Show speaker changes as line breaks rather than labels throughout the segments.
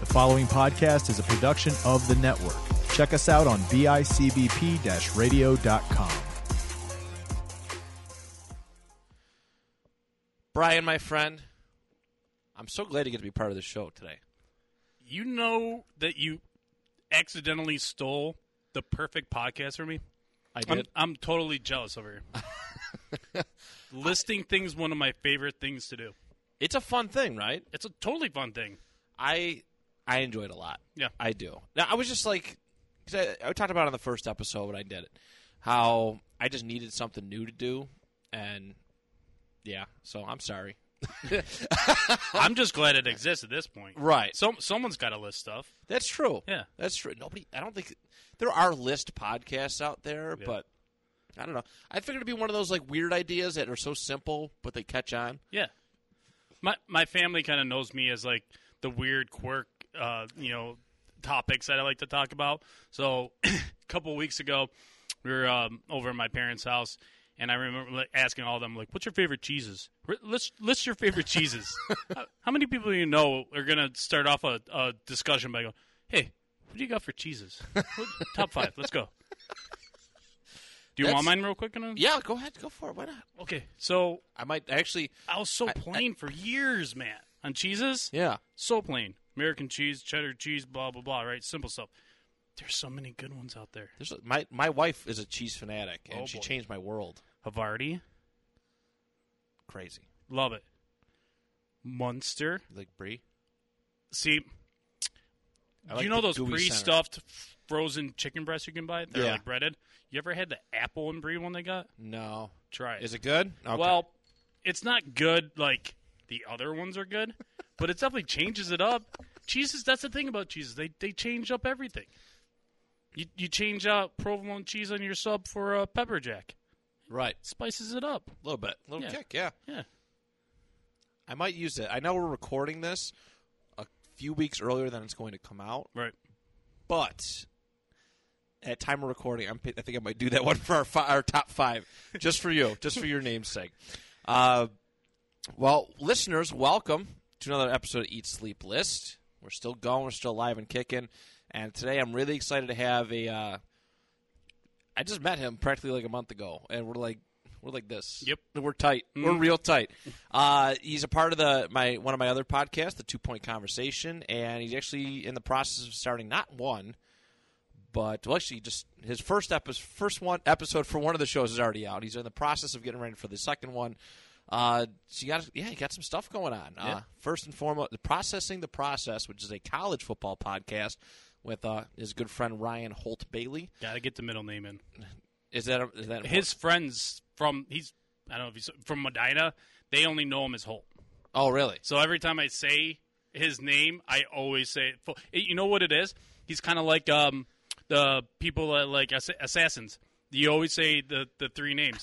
The following podcast is a production of the network. Check us out on bicbp radio.com.
Brian, my friend, I'm so glad you get to be part of the show today.
You know that you accidentally stole the perfect podcast from me?
I
I'm, I'm totally jealous over here. Listing things one of my favorite things to do.
it's a fun thing, right?
It's a totally fun thing.
I I enjoy it a lot.
Yeah.
I do. Now I was just like, cause I, I talked about it on the first episode when I did it, how I just needed something new to do, and yeah, so I'm sorry.
I'm just glad it exists at this point.
Right.
Some someone's got to list stuff.
That's true.
Yeah.
that's true. Nobody. I don't think there are list podcasts out there,
Yeah.
but I don't know. I figured it'd be one of those like weird ideas that are so simple but they catch on.
Yeah. My my family kind of knows me as like the weird quirk, uh, you know, topics that I like to talk about. So a couple weeks ago, we were um, over at my parents' house, and I remember like, asking all of them like, "What's your favorite cheeses? R- List list your favorite cheeses." how, how many people do you know are gonna start off a, a discussion by going, "Hey, what do you got for cheeses? What- Top five. Let's go." Do you
That's-
want mine real quick? Anand?
Yeah, go ahead, go for it. Why not?
Okay. So
I might actually.
I was so
I-
plain for years, man. On cheeses,
Yeah.
so plain. American cheese, cheddar cheese, blah blah blah. Right, simple stuff. There's so many good ones out there.
There's a, my my wife is a cheese fanatic, and
Oh,
she
boy.
changed my world.
Havarti,
Crazy,
love it. Munster,
You like brie.
see,
I like
you know
the
those
gooey center.
pre-stuffed f- frozen chicken breasts you can buy? They're
Yeah.
like breaded. You ever had the apple and brie one they got?
No,
Try it.
is it good? Okay.
Well, it's not good like the other ones are good, but it definitely changes it up. Cheeses, that's the thing about cheeses. They they change up everything. You you change out provolone cheese on your sub for a pepper jack.
right,
Spices it up.
a little bit, a little
Yeah.
kick, yeah.
Yeah.
I might use it. I know we're recording this a few weeks earlier than it's going to come out,
Right.
but at time of recording, I'm, pi- I think I might do that one for our, fi- our top five, just for you, just for your name's sake. Uh, well, listeners, welcome to another episode of Eat Sleep List. We're still going, we're still live and kicking, and today I'm really excited to have a. Uh, I just met him practically like a month ago, and we're like. We're like this.
Yep. Mm-hmm.
we're tight. We're real tight. Uh, he's a part of the my one of my other podcasts, the Two Point Conversation, and he's actually in the process of starting not one, but well, actually, just his first episode, first one episode for one of the shows is already out. He's in the process of getting ready for the second one. Uh, so you got, yeah, you got some stuff going on. Uh, first and foremost, the processing the process, which is a college football podcast with uh, his good friend Ryan Holt Bailey.
Gotta get the middle name in.
Is that a, is that important?
His friends from he's I don't know if he's from Medina, they only know him as Holt.
Oh, really?
So every time I say his name, I always say it. full- You know what it is? He's kind of like um, the people that like ass- assassins. You always say the, the three names.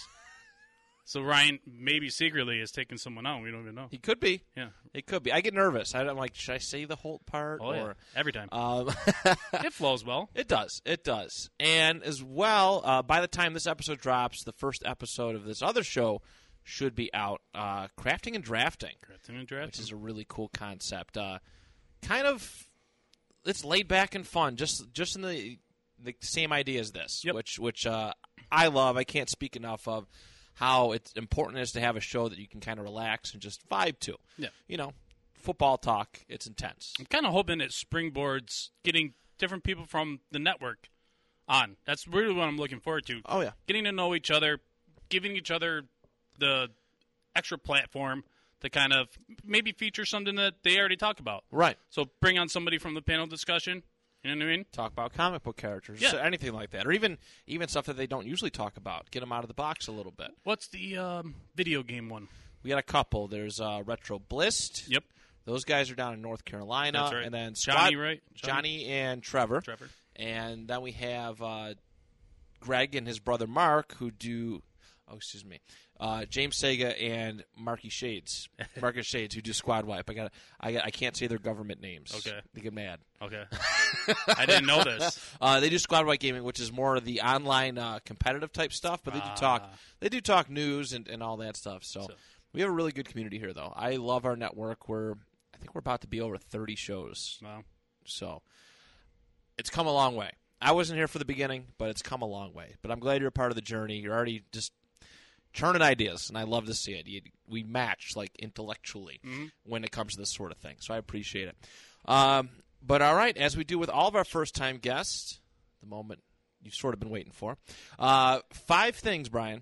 so Ryan maybe secretly is taking someone out. We don't even know.
He could be.
Yeah.
It could be. I get nervous. I, I'm like, should I say the Holt part?
Oh, yeah.
or
Every time.
um,
it flows well.
It does. It does. And as well, uh, by the time this episode drops, the first episode of this other show should be out. Uh, crafting and drafting,
Drafting and drafting.
which is a really cool concept. Uh, kind of, it's laid back and fun. Just just in the the same idea as this,
Yep.
which which uh, I love. I can't speak enough of how it's important it is to have a show that you can kind of relax and just vibe to.
Yeah.
You know, football talk. It's intense.
I'm kind of hoping it springboards getting different people from the network on. That's really what I'm looking forward to.
Oh yeah.
getting to know each other, giving each other the extra platform to kind of maybe feature something that they already talk about.
Right.
So bring on somebody from the panel discussion. You know what I mean?
talk about comic book characters,
Yeah.
so anything like that, or even even stuff that they don't usually talk about. Get them out of the box a little bit.
What's the um, video game one?
We got a couple. There's uh, Retro Blist.
Yep.
Those guys are down in North Carolina,
That's right.
and then Scott,
Johnny, right?
Johnny and Trevor.
Trevor.
and then we have uh, Greg and his brother Mark, who do. Oh, excuse me, uh, James Sega and Marky Shades, Marcus Shades, who do Squad Wipe. I got, I got, I can't say their government names.
Okay.
they get mad.
Okay. I didn't know this.
Uh, they do squad white gaming, which is more of the online uh, competitive type stuff, but they do talk they do talk news and, and all that stuff. Ah. So,
So-
we have a really good community here, though. I love our network. We're I think we're about to be over thirty shows
Well,
So it's come a long way. I wasn't here for the beginning, but it's come a long way. But I'm glad you're a part of the journey. You're already just churning ideas, and I love to see it. You, we match like intellectually when it comes to this sort of thing, so I appreciate it. Um, but all right, as we do with all of our first time guests, the moment you've sort of been waiting for, uh, five things, Brian.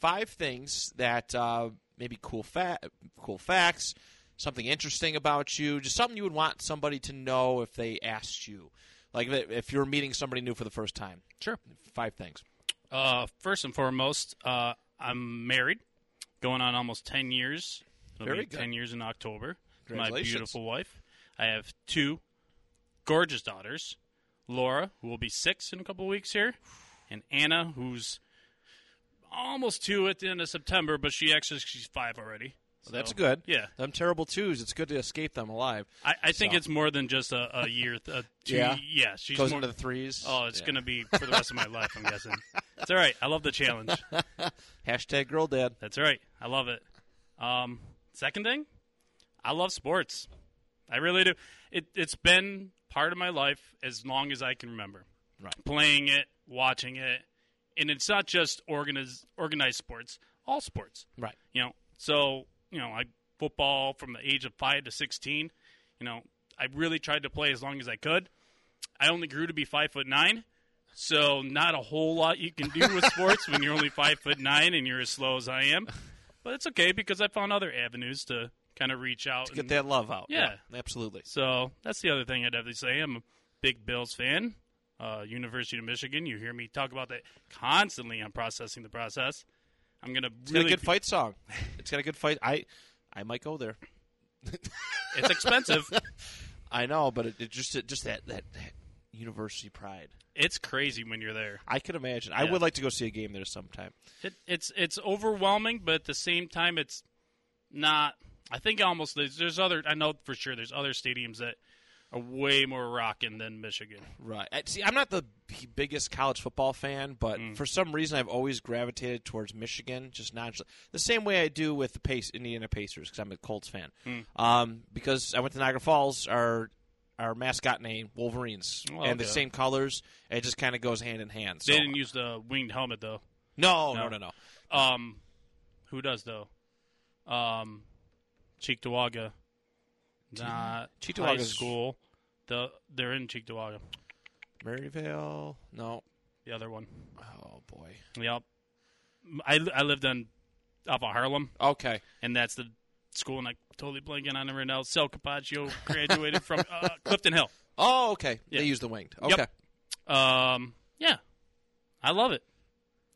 Five things that uh, maybe cool fa- cool facts, something interesting about you, just something you would want somebody to know if they asked you. Like if- if you're meeting somebody new for the first time,
Sure.
five things.
Uh, first and foremost, uh, I'm married, going on almost ten years. It'll
Very
be
good.
Ten years in October. to My
Congratulations.
beautiful wife. I have two gorgeous daughters, Laura, who will be six in a couple weeks here, and Anna, who's almost two at the end of September, but she actually she's five already.
So that's
So,
good.
Yeah,
Them terrible twos. It's good to escape them alive.
I, I think
So-
it's more than just a, a year. th- A two,
Yeah.
she's
Goes
more,
into the threes.
Oh, it's
Yeah.
gonna be for the rest of my life. I'm guessing. It's all right. I love the challenge.
hashtag girl dad.
That's right. I love it. Um, second thing, I love sports. I really do. It, it's been part of my life as long as I can remember.
Right.
Playing it, watching it, and it's not just organized organized sports. All sports.
Right.
You know. So you know, I football from the age of five to sixteen. You know, I really tried to play as long as I could. I only grew to be five foot nine. So not a whole lot you can do with sports when you're only five foot nine and you're as slow as I am. But it's okay because I found other avenues to kind of reach out.
Get
and-
that love out.
Yeah.
absolutely.
So that's the other thing I'd definitely say. I'm a big Bills fan. Uh, University of Michigan. You hear me talk about that constantly on processing the process. I'm gonna
It's
really.
got a good fight song. It's got a good fight. I, I might go there.
It's expensive.
I know, but it, it just it, just that, that that university pride.
it's crazy when you're there.
I can imagine. I
Yeah.
would like to go see a game there sometime.
It, it's it's overwhelming, but at the same time, it's not. I think almost there's, there's other. I know for sure there's other stadiums that are way more rocking than Michigan.
Right. I- See, I'm not the b- biggest college football fan, but for some reason I've always gravitated towards Michigan, just naturally. The same way I do with the Pace, Indiana Pacers, because I'm a Colts fan. Um, because I went to Niagara Falls, our our mascot name Wolverines,
Oh,
and the
okay.
same colors. It just kind of goes hand in hand. So
They didn't use the winged helmet though.
no, no,
No.
no, no.
Um, who does though? Um, Cheektowaga. Not high
Cheektowagas-
school. The they're in Cheektowaga.
Maryvale, no.
The other one.
Oh boy.
Yep. I I lived on off of Harlem.
Okay.
and that's the school, and I'm totally blanking on it right now. Sal Capaccio graduated from uh, Clifton Hill.
Oh, okay.
Yeah.
They use the winged.
Yep.
Okay.
Um, yeah, I love it.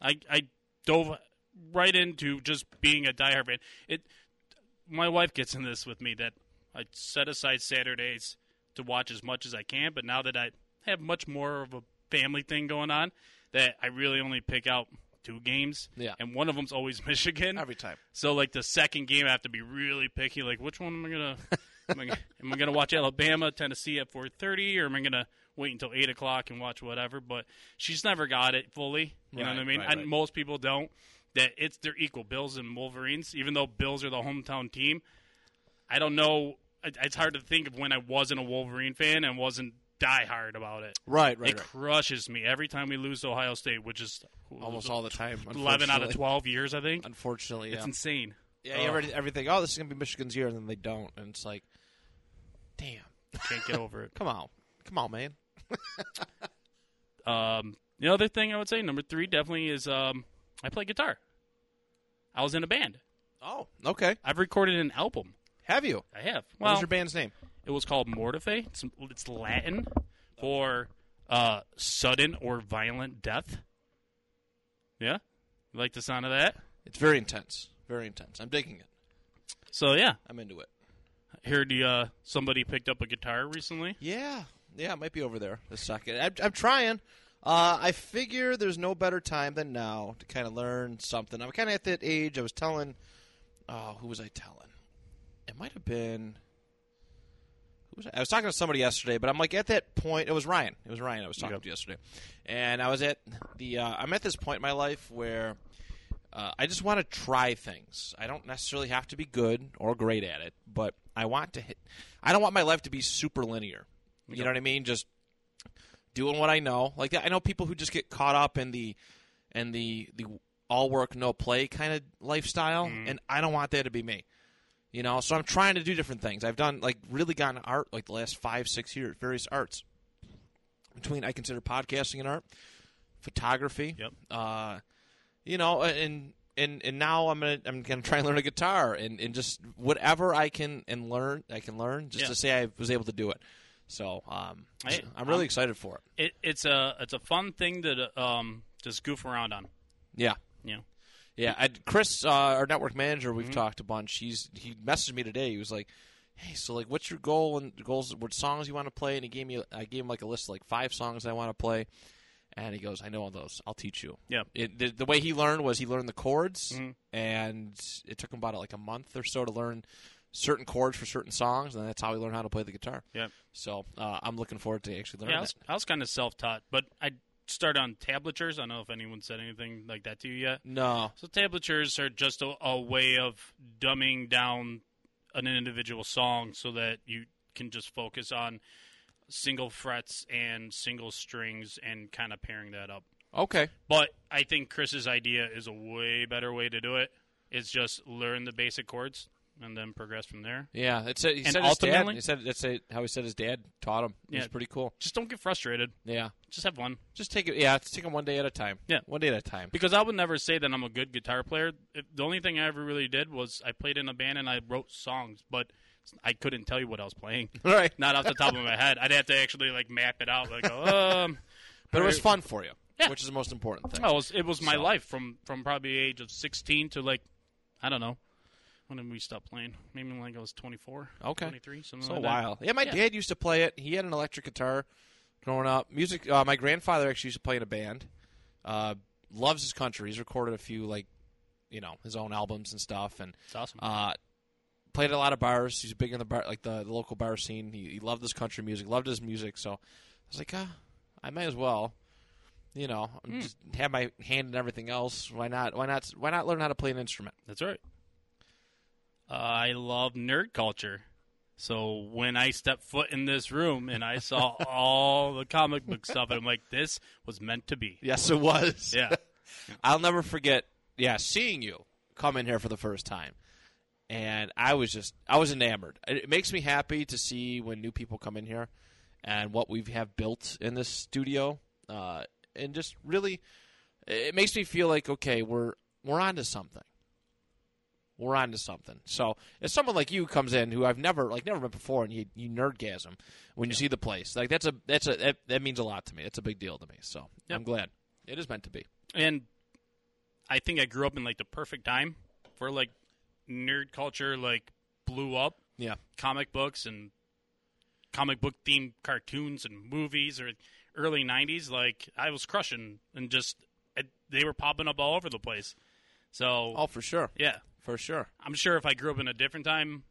I I dove right into just being a diehard fan. It. My wife gets in this with me that I set aside Saturdays to watch as much as I can, but now that I have much more of a family thing going on, that I really only pick out two games,
Yeah.
and one of them's always Michigan.
Every time.
So like the second game, I have to be really picky. Like which one am I gonna? am, I, am I gonna watch Alabama, Tennessee at four thirty, or am I gonna wait until eight o'clock and watch whatever? But she's never got it fully. You know
Right,
what I mean?
right, right.
And most people don't. That it's they're equal Bills and Wolverines, even though Bills are the hometown team. I don't know. it- It's hard to think of when I wasn't a Wolverine fan and wasn't diehard about it.
Right, right,
it
right.
crushes me every time we lose to Ohio State, which is
Almost all the time.
eleven out of
unfortunately.
twelve years, I think.
Unfortunately, yeah.
It's insane.
Yeah, you
Ugh.
ever, everything. Oh, this is gonna be Michigan's year, and then they don't, and it's like, damn,
Can't get over it.
come on, come on, man.
Um, the other thing I would say, number three, definitely is um, I play guitar. I was in a band.
Oh, okay.
I've recorded an album.
Have you?
I have.
what
Well,
was your band's name?
it was called Mortife. It's, it's Latin for uh, sudden or violent death. Yeah, you like the sound of that.
It's very intense. Very intense. I'm digging it.
So yeah,
I'm into it.
I heard the, uh, somebody picked up a guitar recently.
Yeah, yeah. It might be over there this second. I'm, I'm trying. Uh, I figure there's no better time than now to kind of learn something. I'm kind of at that age. I was telling, oh, who was I telling? It might have been. Who was I? I was talking to somebody yesterday, but I'm like at that point. It was Ryan. It was Ryan. I was talking
Yep.
to yesterday, and I was at the. Uh, I'm at this point in my life where. Uh, I just want to try things. I don't necessarily have to be good or great at it, but I want to hit. I don't want my life to be super linear. You know what I mean? Just doing what I know. Like that. I know people who just get caught up in the and the the all work no play kind of lifestyle, and I don't want that to be me. You know, so I'm trying to do different things. I've done like really gotten art like the last five six years, various arts. Between I consider podcasting an art, photography.
Yep.
Uh, you know, and and and now I'm gonna I'm gonna try and learn a guitar and and just whatever I can and learn I can learn just
Yeah.
to say I was able to do it. So um,
I-
I'm really excited for it.
It, it's a it's a fun thing to um just goof around on.
Yeah.
You know,
Yeah, i Chris, uh, our network manager,
Mm-hmm.
we've talked a bunch. He's he messaged me today. He was like, "Hey, so like, what's your goal and goals? What songs you want to play?" And he gave me, I gave him like a list of like five songs I want to play. And he goes, "I know all those. I'll teach you."
Yeah. Mm-hmm.
It, the, the way he learned was he learned the chords, and it took him about like a month or so to learn certain chords for certain songs, and that's how he learned how to play the guitar.
yeah.
So uh, I'm looking forward to actually learning
Yeah, I
that.
was, I was kind of self-taught, but I started on tablatures. I don't know if anyone said anything like that to you yet.
No,
So tablatures are just a, a way of dumbing down an individual song so that you can just focus on single frets and single strings and kind of pairing that up.
okay,
But I think Chris's idea is a way better way to do it. It's just learn the basic chords and then progress from there.
yeah. It said he
And
said his dad.
ultimately-
He said that's it, how he said his dad taught him. It was
Yeah.
pretty cool.
Just don't get frustrated.
Yeah.
Just have fun.
Just take it. Yeah, just take it one day at a time.
Yeah.
one day at a time.
Because I would never say that I'm a good guitar player. If- The only thing I ever really did was I played in a band and I wrote songs, but I couldn't tell you what I was playing.
All right,
Not off the top of my head. I'd have to actually like map it out. Like, um,
but it was fun for you,
Yeah. Oh,
which is the most important thing.
no, it was, it was my
So-
life from from probably the age of 16 to like, I don't know, when did we stop playing? Maybe like I was 24,
Okay.
23, something
so
like that.
wild. Yeah, my
Yeah.
dad used to play it. He had an electric guitar growing up. Music. Uh, my grandfather actually used to play in a band. Uh, loves his country. He's recorded a few like, you know, his own albums and stuff. And
It's awesome.
Uh, played at a lot of bars. He's big in the bar, like the, the local bar scene. He, he loved his country music, loved his music. So I was like, uh, I may as well, you know, just have my hand in everything else. Why not? Why not? Why not learn how to play an instrument?
That's right. I love nerd culture. So when I stepped foot in this room and I saw all the comic book stuff, I'm like, this was meant to be.
Yes, it was.
Yeah.
I'll never forget. Yeah, seeing you come in here for the first time, and I was just I was enamored. It it makes me happy to see when new people come in here, and what we have built in this studio, uh, and just really, it makes me feel like okay, we're we're onto something. We're onto something. So if someone like you comes in who I've never like never met before, and you you nerdgasm when you see the place, like that's a that's a that, that means a lot to me. It's a big deal to me. So
Yep.
I'm glad it is meant to be.
And I think I grew up in like the perfect time where like nerd culture like blew up
Yeah.
comic books and comic book themed cartoons and movies or early 90s like I was crushing and just I, they were popping up all over the place. So
Oh, for sure,
yeah.
for sure.
I'm sure if I grew up in a different time,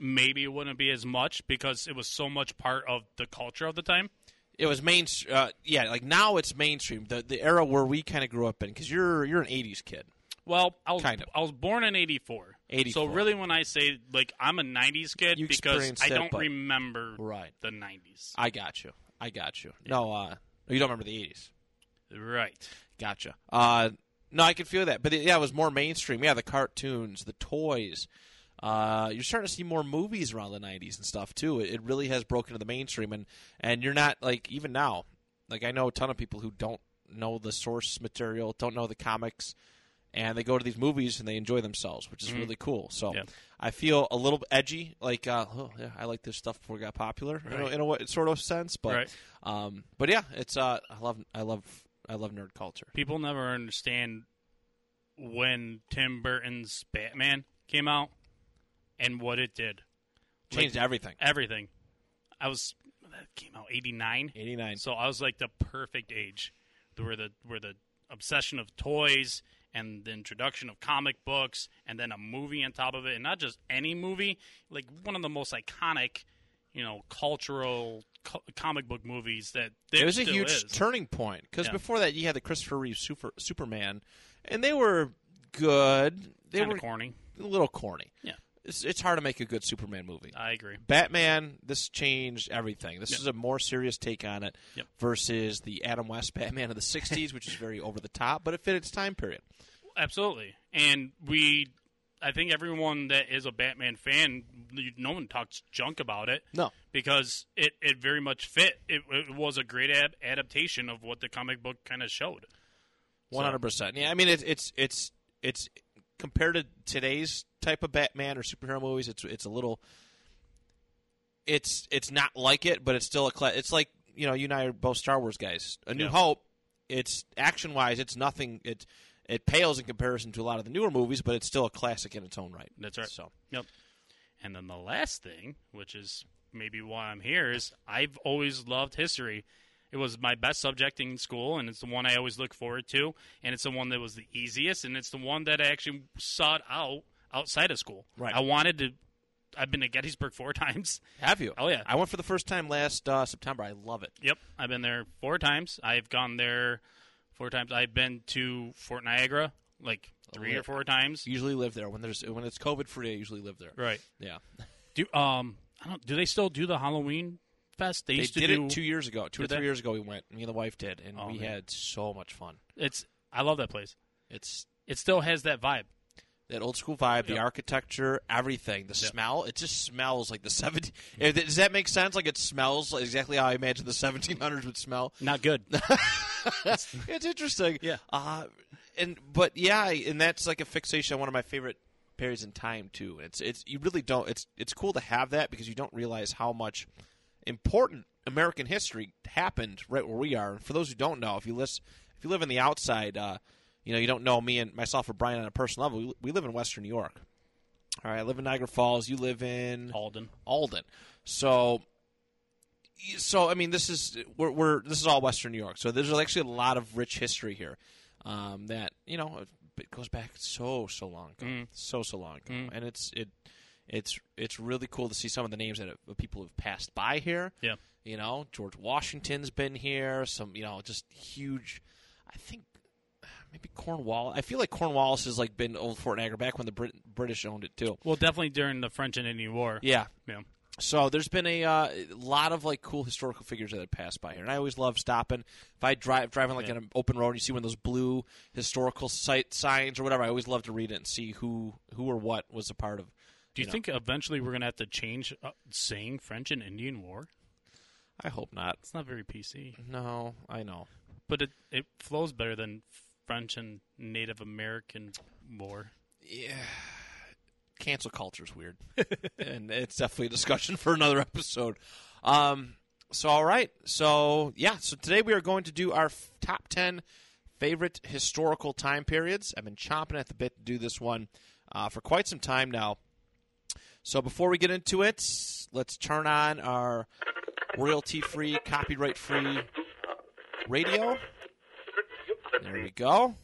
maybe it wouldn't be as much because it was so much part of the culture of the time.
It was main, uh, yeah. Like now, it's mainstream. The the era where we kind of grew up in, because you're you're an '80s kid.
Well, I was
Kind of.
I was born in '84.
84.
So really, when I say like I'm a '90s kid,
You
because
experienced
I
it,
don't
but-
remember
Right.
the '90s.
I got you. I got you. No, uh, you don't remember the '80s.
Right.
Gotcha. Uh, no, I could feel that, but it, yeah, it was more mainstream. Yeah, the cartoons, the toys. Uh, you're starting to see more movies around the '90s and stuff too. It, it really has broken into the mainstream, and and you're not like even now. Like I know a ton of people who don't know the source material, don't know the comics, and they go to these movies and they enjoy themselves, which is really cool. So
Mm-hmm. Yeah.
I feel a little edgy, like uh, oh yeah, I like this stuff before it got popular, you know,
Right.
in a wa- sort of sense. But
Right.
um, but yeah, it's uh, I love I love I love nerd culture.
People never understand when Tim Burton's Batman came out and what it did.
changed everything.
Everything. I was that came out '89.
Eighty nine.
So I was like the perfect age, where the where the obsession of toys and the introduction of comic books and then a movie on top of it, and not just any movie, like one of the most iconic, you know, cultural co- comic book movies that there
It was a
still
huge
is.
turning point because
Yeah.
before that you had the Christopher Reeve super, Superman, and they were good. They
Kinda
were
corny.
a little corny.
Yeah.
it's, it's hard to make a good Superman movie.
I agree.
Batman, this changed everything. This
Yep.
is a more serious take on it
Yep.
versus the Adam West Batman of the 60s, which is very over the top, but it fit its time period.
Absolutely. And we, I think everyone that is a Batman fan, you- no one talks junk about it.
No.
Because it, it very much fit. It, it was a great ad- adaptation of what the comic book kind of showed.
One hundred percent. Yeah, I mean it's it's it's it's compared to today's type of Batman or superhero movies, it's it's a little. It's it's not like it, but it's still a. Cla- it's like you know, you and I are both Star Wars guys. A New
Yeah.
Hope. It's action wise, it's nothing. It it pales in comparison to a lot of the newer movies, but it's still a classic in its own right.
That's right.
So
Yep. And then the last thing, which is maybe why I'm here, is I've always loved history. It was my best subject in school, and it's the one I always look forward to. And it's the one that was the easiest, and it's the one that I actually sought out outside of school.
Right.
I wanted to. I've been to Gettysburg four times.
have you?
Oh, yeah.
I went for the first time last uh, September. I love it.
Yep, I've been there four times. I've gone there four times. I've been to Fort Niagara like three
yeah.
or four times.
Usually live there when there's when it's COVID free. I usually live there.
Right.
Yeah.
Do um, I don't. Do they still do the Halloween fest? They
They
used to
did
do
it two years ago, two or
Did
three
they?
years ago. We went. Me and the wife did, and
Oh,
we
man.
had so much fun.
It's I love that place.
It's
It still has that vibe.
that old school vibe, the
Yep.
architecture, everything, the smell. It just smells like the 17. Does that make sense? Like it smells exactly how I imagine the 1700s would smell.
Not good.
it's interesting.
Yeah.
Uh, and but yeah, and that's like a fixation on one of my favorite periods in time too. It's it's you really don't. It's it's cool to have that because you don't realize how much important American history happened right where we are. And for those who don't know, if you list, if you live on the outside, uh, you know you don't know me and myself or Brian on a personal level. We, we live in Western New York. All right, I live in Niagara Falls. You live in
Alden.
Alden. So, so I mean, this is we're, we're this is all Western New York. So there's actually a lot of rich history here um, that you know it goes back so so long ago, so so long ago, and it's it it's it's really cool to see some of the names that have, of people who've passed by here.
Yeah.
You know, George Washington's been here. Some, you know, just huge. I think maybe Cornwall. I feel like Cornwallis has like been old Fort Niagara back when the Brit- British owned it too.
Well, definitely during the French and Indian War.
Yeah,
Yeah.
so there's been a uh, lot of like cool historical figures that have passed by here, and I always love stopping. If I drive driving like
Yeah.
on an open road, and you see one of those blue historical site signs or whatever, I always love to read it and see who who or what was a part of.
Do you
know.
think eventually we're gonna have to change uh, saying French and Indian War?
I hope not.
It's not very PC,
No, I know.
but it it flows better than French and Native American War.
Yeah, cancel culture's weird, and it's definitely a discussion for another episode. Um, so all right, so yeah, so today we are going to do our f- top ten favorite historical time periods. I've been chomping at the bit to do this one uh, for quite some time now. So before we get into it, let's turn on our royalty-free, copyright-free radio. There we go.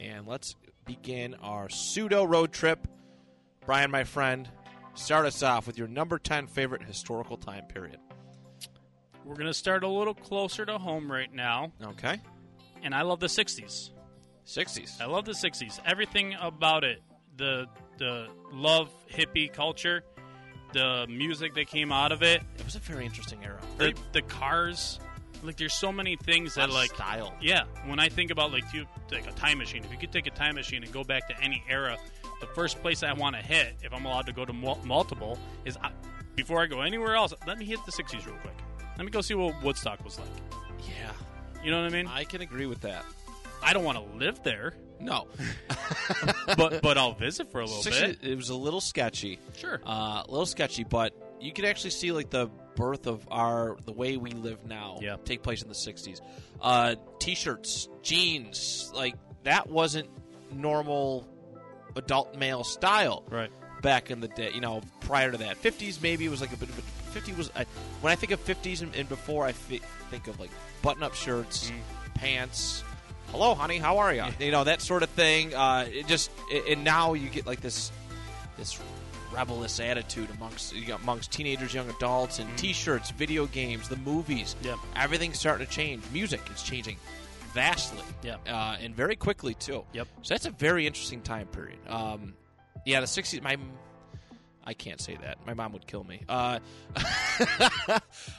And let's begin our pseudo road trip. Brian, my friend, start us off with your number 10 favorite historical time period.
We're gonna start a little closer to home right now,
Okay.
and I love the '60s.
60s.
I love the '60s. Everything about it, the the love hippie culture, the music that came out of it,
It was a very interesting era.
the the cars. Like there's so many things that like
style.
yeah. When I think about like you like a time machine, if you could take a time machine and go back to any era, the first place I want to hit, if I'm allowed to go to mul- multiple, is I, before I go anywhere else. Let me hit the '60s real quick. Let me go see what Woodstock was like.
Yeah.
You know what I mean?
I can agree with that.
I don't want to live there,
No.
but but I'll visit for a little
60s,
bit.
it was a little sketchy.
Sure.
Uh, a little sketchy, but you could actually see like the birth of our the way we live now
Yeah.
take place in the 60s. Uh, t-shirts, jeans, like that wasn't normal adult male style.
Right.
back in the day. You know, prior to that, fifties maybe it was like a bit of a fifty was. I, when I think of fifties and, and before, I fi- think of like button-up shirts,
Mm.
pants. Hello, honey, how are you? You know that sort of thing. Uh, it just it, and now you get like this this rebellious attitude amongst you got amongst teenagers, young adults, and T-shirts, video games, the movies.
Mm. Yep.
everything's starting to change. Music is changing vastly.
Yep.
uh, and very quickly too.
Yep.
So that's a very interesting time period. Um, yeah, the sixties. My I can't say that. My mom would kill me. Uh,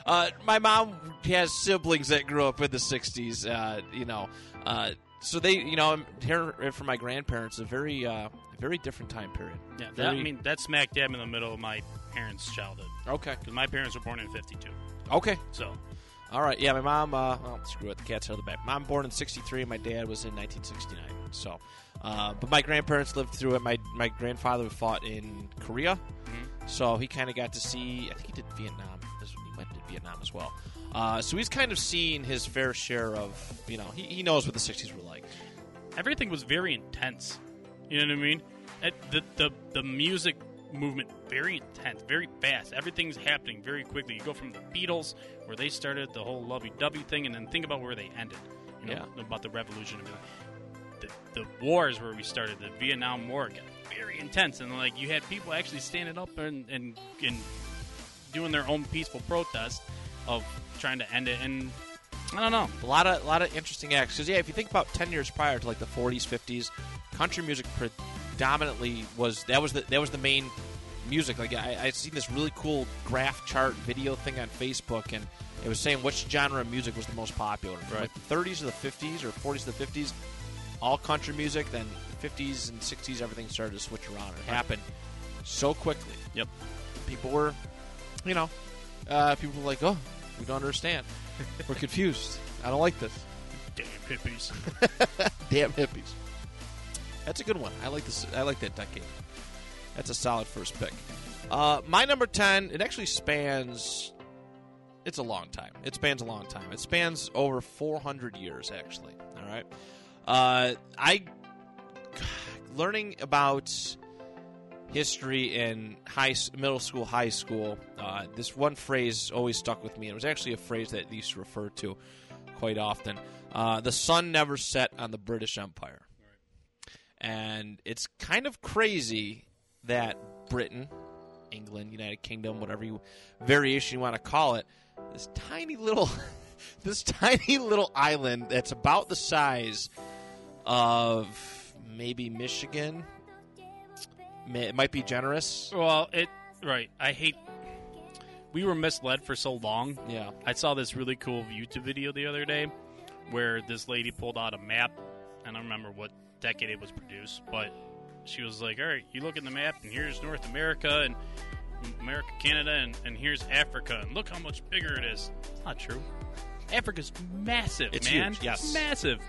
uh, my mom has siblings that grew up in the '60s. Uh, you know, uh, so they, you know, I'm hearing it from my grandparents. A very, uh, very different time period.
Yeah, that, I
Very-
mean that's smack dab in the middle of my parents' childhood
Okay.
because my parents were born in '52.
Okay.
So
All right. Yeah, my mom. Uh, well, screw it. The cat's out of the bag. Mom born in '63. My dad was in 1969. So, uh, but my grandparents lived through it. My my grandfather fought in Korea, so he kind of got to see. I think he did Vietnam. This- He went to Vietnam as well. Uh, so he's kind of seen his fair share of. You know, he, he knows what the '60s were like.
everything was very intense. You know what I mean? It, the, the the music movement very intense, very fast. Everything's happening very quickly. You go from the Beatles, where they started the whole lovey-dovey thing, and then think about where they ended. You know
Yeah.
about the revolution. and everything. The, the wars where we started, the Vietnam War, got very intense, and like you had people actually standing up and and, and doing their own peaceful protest of trying to end it. And I don't know.
A lot of a lot of interesting acts. Because yeah, if you think about ten years prior to like the '40s, '50s, country music predominantly was that was the that was the main music. Like I I seen this really cool graph chart video thing on Facebook, and it was saying which genre of music was the most popular. From,
Right.
Like the '30s to the '50s or '40s to the '50s, all country music. Then '50s and '60s, everything started to switch around. It happened so quickly
Yep.
people were, you know, uh, people were like, oh, we don't understand. We're confused. I don't like this.
Damn hippies.
Damn hippies. That's a good one. I like this. I like that decade. That's a solid first pick. Uh, my number ten. It actually spans. It's a long time. It spans a long time. It spans over 400 years, actually. All right. Uh, I learning about history in high, s- middle school, high school. Uh, this one phrase always stuck with me. It was actually a phrase that they used to refer to quite often. Uh, the sun never set on the British Empire, and it's kind of crazy that Britain, England, United Kingdom, whatever you variation you want to call it, this tiny little, this tiny little island that's about the size of maybe Michigan. Ma- It might be generous.
Well, it right. I hate. We were misled for so long.
Yeah.
I saw this really cool YouTube video the other day where this lady pulled out a map. I don't remember what decade it was produced, but she was like, "All right, you look at the map, and here's North America and America, Canada, and, and here's Africa, and look how much bigger it is." It's not true. Africa's massive,
It's
man.
huge, yes.
massive.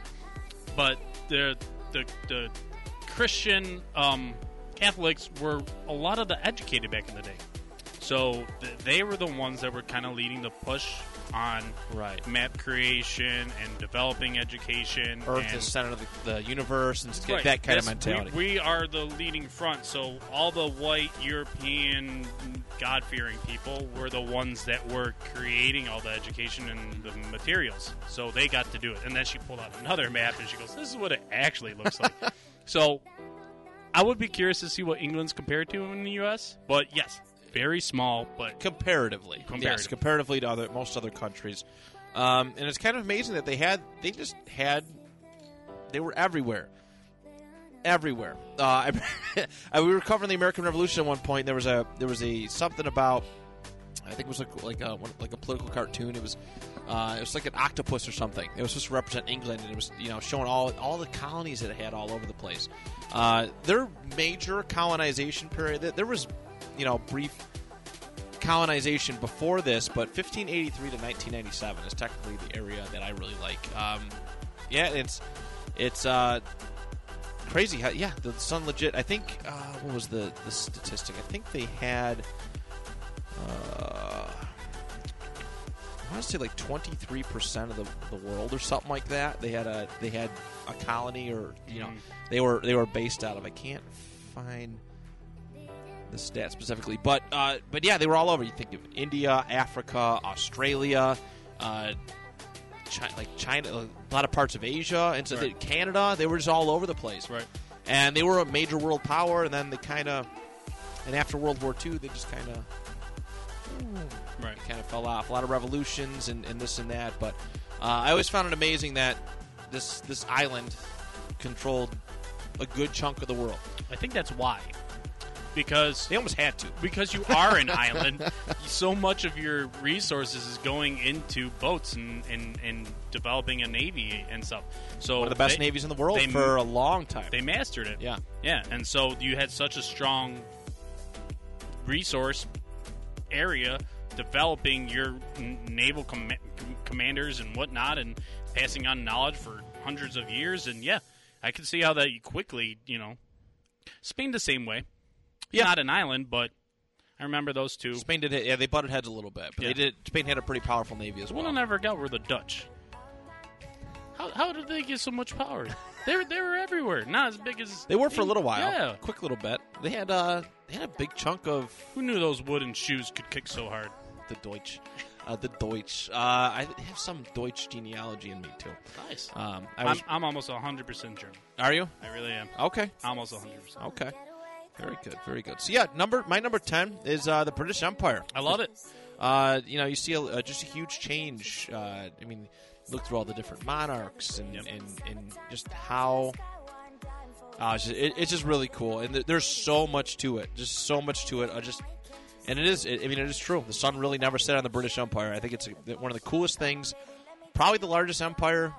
But the the the Christian um, Catholics were a lot of the educated back in the day. So th- they were the ones that were kind of leading the push on
Right.
map creation and developing education.
Earth
and,
is center of the, the universe and
Right.
that kind
This-
of mentality.
We, we are the leading front, so all the white European God fearing people were the ones that were creating all the education and the materials. So they got to do it. And then she pulled out another map and she goes, This is what it actually looks like. so I would be curious to see what England's compared to in the US, but yes, very small, but
comparatively, yes,
Comparatively.
comparatively to other most other countries, um, and it's kind of amazing that they had they just had they were everywhere, everywhere. Uh, I, I- we were covering the American Revolution at one point. and There was a there was a something about I think it was like like a one- like a political cartoon. It was uh, it was like an octopus or something. It was supposed to represent England, and it was you know showing all all the colonies that it had all over the place. Uh, their major colonization period. There was you know brief colonization before this, but 1583 to 1997 is technically the area that I really like. Um, yeah, it's it's uh, crazy. How, yeah, the Sun legit. I think uh, what was the the statistic? I think they had. Uh, I want to say like 23 percent of the, the world or something like that. They had a they had a colony or you know
Mhm.
they were they were based out of. I can't find the stat specifically, but uh, but yeah, they were all over. You think of India, Africa, Australia, uh, Chi- like China, a lot of parts of Asia, and so they-
Right.
Canada. They were just all over the place,
right.
and they were a major world power. And then they kind of, and after World War II, they just kind of
Right.
kind of fell off. A lot of revolutions and, and this and that. But uh, I always found it amazing that this this island controlled a good chunk of the world.
I think that's why. because
They almost had to.
because you are an island, so much of your resources is going into boats and, and, and developing a navy and stuff. So
One of the best
they-
navies in the world
they-
for a long time.
They mastered it.
yeah.
Yeah, and so you had such a strong resource area developing your n- naval com- commanders and whatnot and passing on knowledge for hundreds of years. And yeah, I can see how that you quickly, you know, Spain the same way.
Yeah.
Not an island, but I remember those two.
Spain did it. Yeah, they butted heads a little bit, but
Yeah.
they did. Spain had a pretty powerful navy as well.
What I never got were the Dutch. How, how did they get so much power? they were, they were everywhere. Not as big as
They were for a little while.
Yeah.
Quick little bit. They had uh they had a big chunk of
Who knew those wooden shoes could kick so hard?
the Deutsch. Uh, the Deutsch. Uh, I have some Deutsch genealogy in me too.
Nice.
Um, I
Uh, I
was,
am I'm almost 100% German.
are you
I really am.
okay?
Almost 100%.
Okay, very good, very good. So yeah, number my number ten is uh, the British Empire.
I love it.
Uh, you know, you see a, uh, just a huge change. Uh, I mean, look through all the different monarchs and and, and just how. Uh, it's, just, it, it's just really cool, and th- there's so much to it. Just so much to it. I just, and it is. It, I mean, it is true. The sun really never set on the British Empire. I think it's uh, one of the coolest things. Probably the largest empire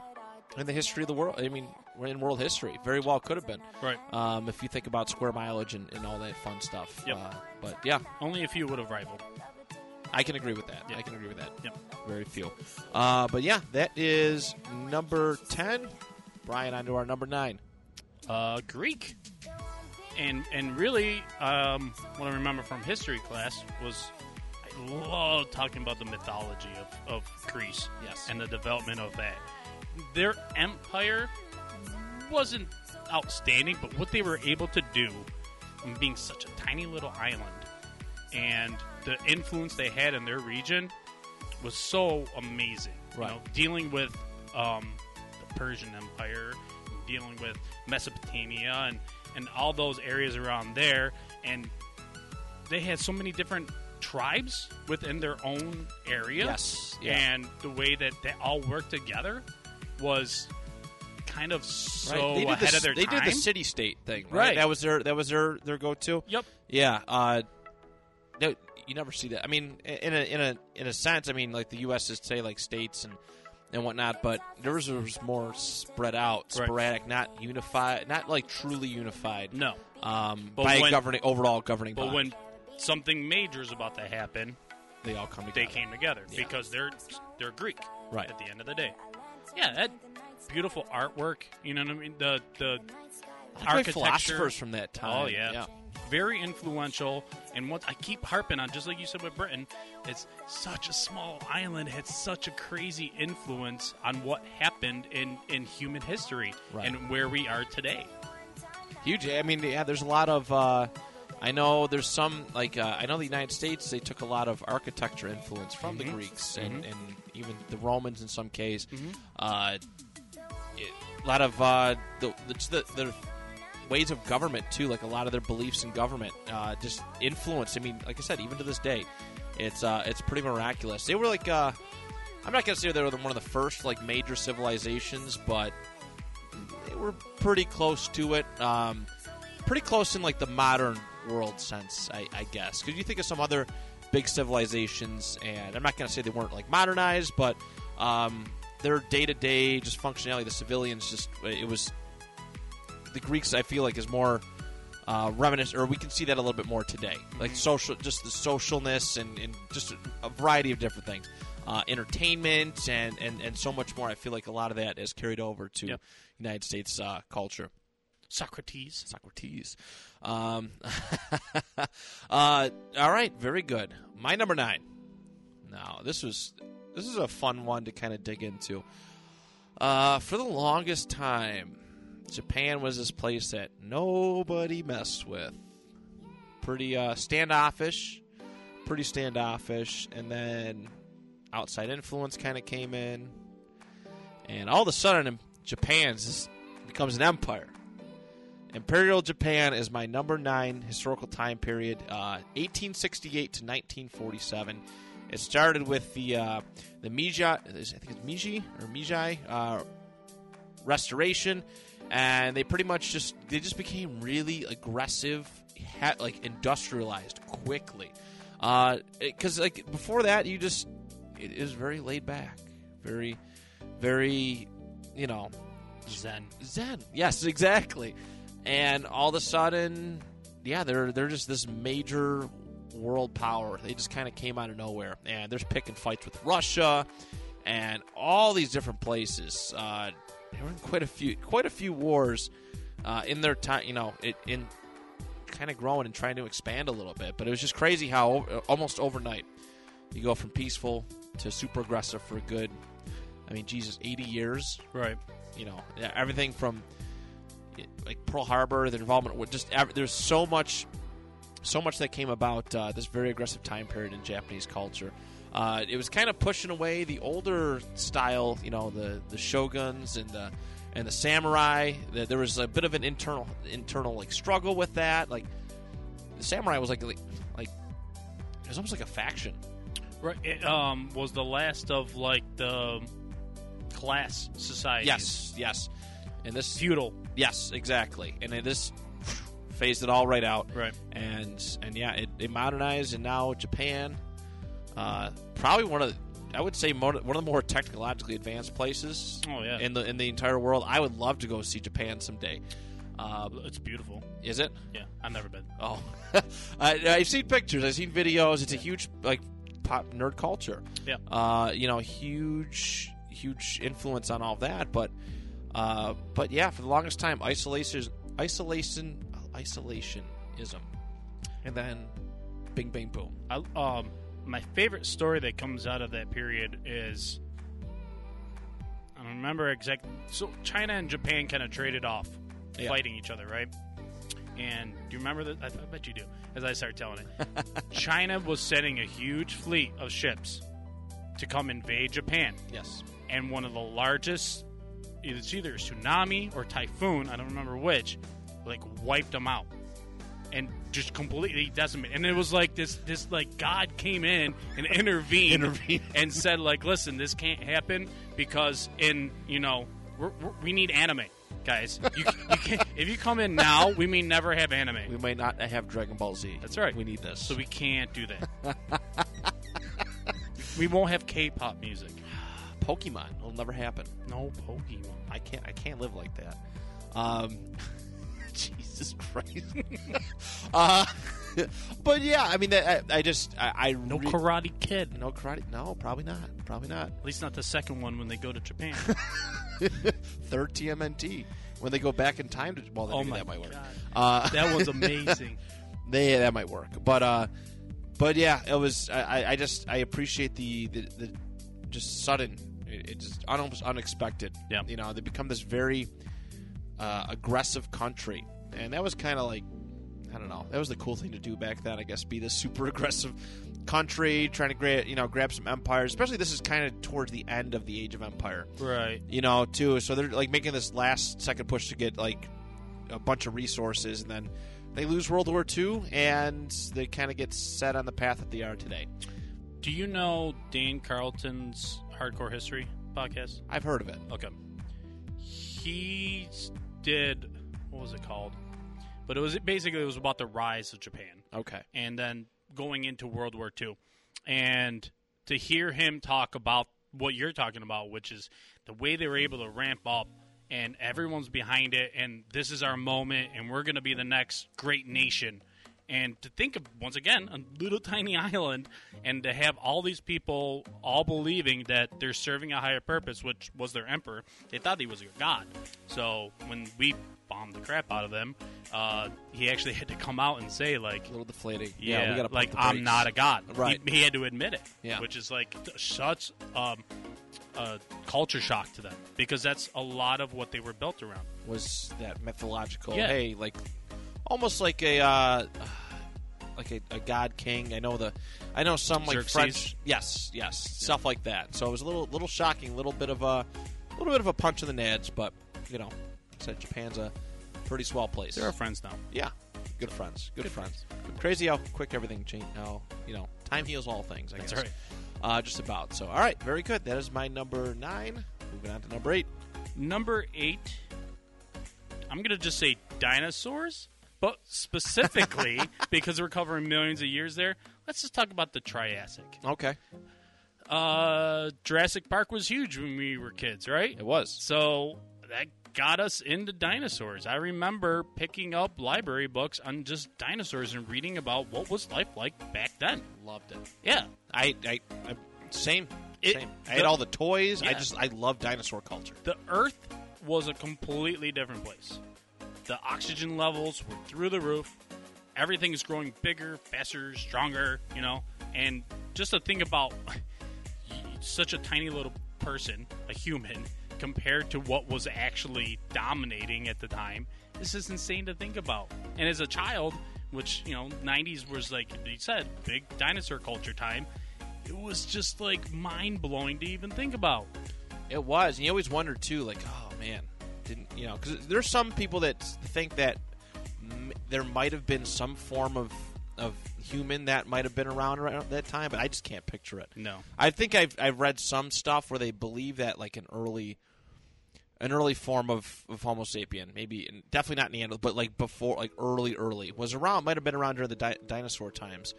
in the history of the world. I mean, we're in world history. Very well could have been.
Right.
Um, if you think about square mileage and, and all that fun stuff.
Yep.
Uh, but yeah,
Only a few would have rivaled.
I can agree with that.
Yeah.
I can agree with that.
Yep.
Very few. Uh, but yeah, that is number 10. Brian, on to our number nine.
Uh, Greek. And and really, um, what I remember from history class was I love talking about the mythology of, of Greece.
Yes.
And the development of that. Their empire wasn't outstanding, but what they were able to do, and being such a tiny little island, and the influence they had in their region was so amazing.
Right.
You know, dealing with um, the Persian Empire, dealing with Mesopotamia, and and all those areas around there, and they had so many different tribes within their own area.
Yes, yeah.
And the way that they all worked together was kind of so
They did
ahead
the,
of their
they
time.
did the city state thing, right?
Right.
That was their that was their their go to.
Yep.
Yeah. Uh, no, you never see that. I mean, in a in a in a sense, I mean, like the U.S. is say like states and and whatnot, but theirs was more spread out,
Right.
sporadic, not unified, not like truly unified.
No.
Um,
But
by
when-
a governing overall governing.
But
body.
when something major is about to happen,
they all come
they
together,
came together
Yeah.
because they're they're Greek.
Right.
At the end of the day. Yeah, that beautiful artwork. You know what I mean? The the
Like
architecture.
philosophers from that time.
Oh yeah. very influential. And what I keep harping on, just like you said with Britain, it's such a small island had such a crazy influence on what happened in in human history
Right.
and where we are today.
huge. I mean, yeah, there's a lot of. Uh, I know there's some like uh, I know the United States. They took a lot of architecture influence from the Greeks and, and even the Romans in some case. Uh, it- a lot of uh, the, the, just the the ways of government too, like a lot of their beliefs in government, uh, just influence. I mean, like I said, even to this day, it's uh, it's pretty miraculous. They were like. Uh, I'm not gonna say they were the- one of the first like major civilizations, but they were pretty close to it. Um, pretty close in like the modern world sense, I, I guess. Because you think of some other big civilizations, and I'm not gonna say they weren't like modernized, but um, their day to day just functionality, the civilians just it was the Greeks. I feel like is more. Uh, reminiscent, or we can see that a little bit more today, like social, just the socialness and, and just a- a variety of different things, uh, entertainment and, and and so much more. I feel like a lot of that is carried over to
Yep.
United States uh, culture.
Socrates.
Socrates. Um, uh, all right, very good. My number nine. Now this was this is a fun one to kind of dig into. Uh, for the longest time, Japan was this place that nobody messed with. Pretty uh, standoffish, pretty standoffish, and then outside influence kind of came in, and all of a sudden, Japan's this becomes an empire. Imperial Japan is my number nine historical time period, uh, 1868 to 1947. It started with the uh, the Meiji, I think it's Meiji or Meiji uh, restoration, and they pretty much just they just became really aggressive ha- like industrialized quickly. Because like before that, you just it is very laid back, very, very, you know,
Zen.
Zen. Yes, exactly. And all of a sudden, yeah, they're they're just this major world power. They just kind of came out of nowhere, and they're picking fights with Russia and all these different places. Uh, they were in quite a few quite a few wars uh, in their time. You know, it, in kind of growing and trying to expand a little bit. But it was just crazy how o- almost overnight you go from peaceful to super aggressive for a good. I mean, Jesus, eighty years
Right.
you know everything from like Pearl Harbor, the involvement with just ev- there's so much, so much that came about uh, this very aggressive time period in Japanese culture. Uh, it was kind of pushing away the older style, you know, the the shoguns and the and the samurai. The, there was a bit of an internal internal like struggle with that. Like the samurai was like like, like it was almost like a faction.
Right. It, um, was the last of like the class societies.
Yes, yes. And this
Feudal.
Yes, exactly. And it just phased it all right out.
Right.
And and yeah, it, it modernized, and now Japan, uh, probably one of the, I would say more, one of the more technologically advanced places.
Oh, yeah.
In the in the entire world, I would love to go see Japan someday. Uh,
It's beautiful.
is it?
Yeah. I've never been.
Oh, I, I've seen pictures. I've seen videos. It's a huge like pop nerd culture.
Yeah.
Uh, you know, huge, huge influence on all of that. But, uh, but yeah, for the longest time, isolation, isolation, isolationism, and then, Bing, Bang, Boom.
I, um, my favorite story that comes out of that period is I don't remember exactly. So China and Japan kind of traded off,
Yeah.
fighting each other, right? And do you remember that? I, I bet you do. As I start telling it, China was sending a huge fleet of ships to come invade Japan,
Yes.
and one of the largest, it's either a tsunami or typhoon, I don't remember which, like wiped them out and just completely decimated. And it was like this, this like God came in and intervened,
Intervened.
and said like, listen, this can't happen because in you know we're, we're, we need anime, guys. You, you can't, if you come in now, we may never have anime.
We may not have Dragon Ball Z.
That's right.
We need this.
So we can't do that. we won't have K-pop music.
Pokemon will never happen.
No Pokemon.
I can't. I can't live like that. Um, Jesus Christ. uh, but yeah, I mean, that, I, I just I, I
No
re-
Karate Kid.
no karate. No, probably not. Probably not.
At least not the second one when they go to Japan.
Third TMNT when they go back in time to. Well,
Oh
maybe
my
that might work.
God.
Uh,
that was amazing.
they that might work but uh but yeah it was i i I just i appreciate the the, the just sudden it, it just un- almost unexpected
Yeah.
you know they become this very uh aggressive country and that was kind of like i don't know that was the cool thing to do back then i guess be this super aggressive country trying to grab you know grab some empires especially this is kind of towards the end of the age of empire
right.
you know, too. So they're like making this last second push to get like a bunch of resources, and then they lose World War II, and they kind of get set on the path that they are today.
Do you know Dane Carlton's Hardcore History podcast?
I've heard of it.
Okay. He did what was it called? But it was basically it was about the rise of Japan
Okay.
and then going into World War II. And to hear him talk about what you're talking about, which is the way they were able to ramp up and everyone's behind it and this is our moment and we're going to be the next great nation. And to think of, once again, a little tiny island and to have all these people all believing that they're serving a higher purpose, which was their emperor, they thought he was a god. So when we bombed the crap out of them, uh, he actually had to come out and say, like,
A little deflating.
yeah,
we got to
like I'm not a god.
Right.
He, he had to admit it.
Yeah.
Which is like th- such um, a culture shock to them because that's a lot of what they were built around.
was that mythological.
Yeah.
Hey, like almost like a. Uh, like a, a god king, I know the, I know some like
Xerxes?
French, yes, yes, stuff like that. So it was a little, little shocking, little bit of a, little bit of a punch in the nads, but you know, said Japan's a pretty swell place.
They're our friends now.
Yeah, good friends. Good, friends. Crazy how quick everything changed. How you know time heals all things. I
That's
guess.
right.
Uh, just about. So all right, very good. That is my number nine. Moving on to number eight.
Number eight. I'm gonna just say dinosaurs But specifically, because we're covering millions of years there, let's just talk about the Triassic.
Okay.
Uh, Jurassic Park was huge when we were kids, right?
It was.
So that got us into dinosaurs. I remember picking up library books on just dinosaurs and reading about what was life like back then.
Loved it.
Yeah.
I, I, I same.
It-
same. I had
the-
all the toys. I
Yeah.
just, I love dinosaur culture.
The Earth was a completely different place. The oxygen levels were through the roof. Everything is growing bigger, faster, stronger, you know. And just to think about such a tiny little person, a human, compared to what was actually dominating at the time, this is insane to think about. And as a child, which, you know, 90s was like you said, big dinosaur culture time, it was just like mind blowing to even think about.
It was, and you always wonder too, like, oh man, didn't you know? Because there's some people that think that m- there might have been some form of of human that might have been around around that time, but I just can't picture it.
No.
I think I've I've read some stuff where they believe that like an early an early form of, of Homo sapien, maybe and definitely not Neanderthal, but like before, like early, early was around. Might have been around during the di- dinosaur times.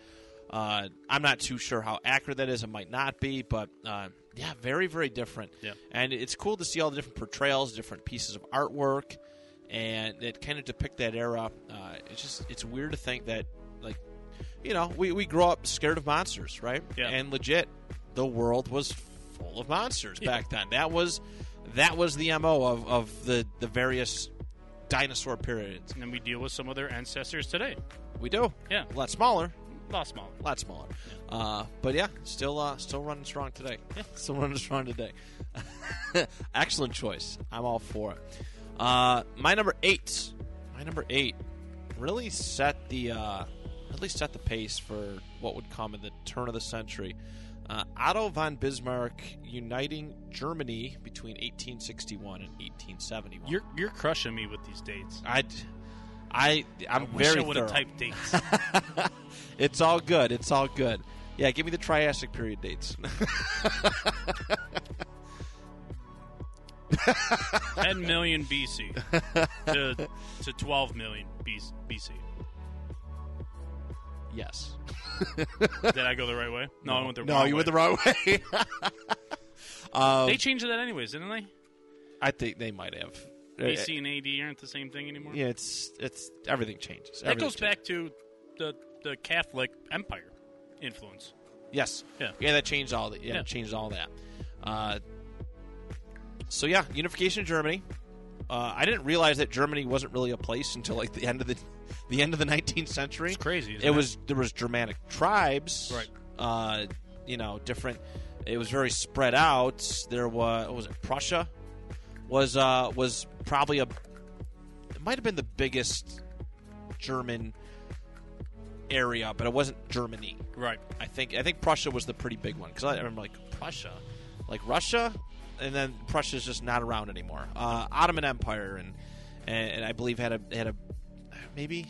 Uh, I'm not too sure how accurate that is. It might not be, but uh, yeah, very, very different.
Yeah.
And it's cool to see all the different portrayals, different pieces of artwork, and that kind of depict that era. Uh, it's just it's weird to think that like you know we we grow up scared of monsters, right?
Yeah.
And legit, the world was full of monsters back then. That was that was the mo of of the the various dinosaur periods.
and then we deal with some of their ancestors today.
We do.
Yeah,
A lot smaller,
a lot smaller.
a lot smaller. Uh, but yeah, still uh, still running strong today. still running strong today. Excellent choice. I'm all for it. Uh, my number eight. My number eight really set the uh, really set the pace for what would come in the turn of the century. Uh, Otto von Bismarck uniting Germany between 1861 and 1871.
You're you're crushing me with these dates.
I, I, I'm
I wish
very
I would have
thorough.
typed dates. I
It's all good. It's all good. Yeah, give me the Triassic period dates.
Ten million BC to to twelve million BC.
yes.
Did I go the right way? No, I went the
No,
wrong
you
way.
went the wrong way.
They changed that anyways, didn't they?
I think they might have. Uh,
BC and AD aren't the same thing anymore.
Yeah, it's it's everything changes.
that
Everything
goes back to the the Catholic Empire influence.
Yes.
Yeah.
that changed all that. Yeah,
Yeah.
changed all that. Uh, so yeah, unification of Germany. Uh, I didn't realize that Germany wasn't really a place until like the end of the the end of the 19th century.
It's crazy.
it was there was Germanic tribes,
Right.
Uh, you know, different. It was very spread out. There was what was it Prussia was uh, was probably a it might have been the biggest German area, but it wasn't Germany.
right.
I think I think Prussia was the pretty big one because I remember like Prussia, like Russia, and then Prussia's just not around anymore. Uh, Ottoman Empire and, and and I believe had a had a maybe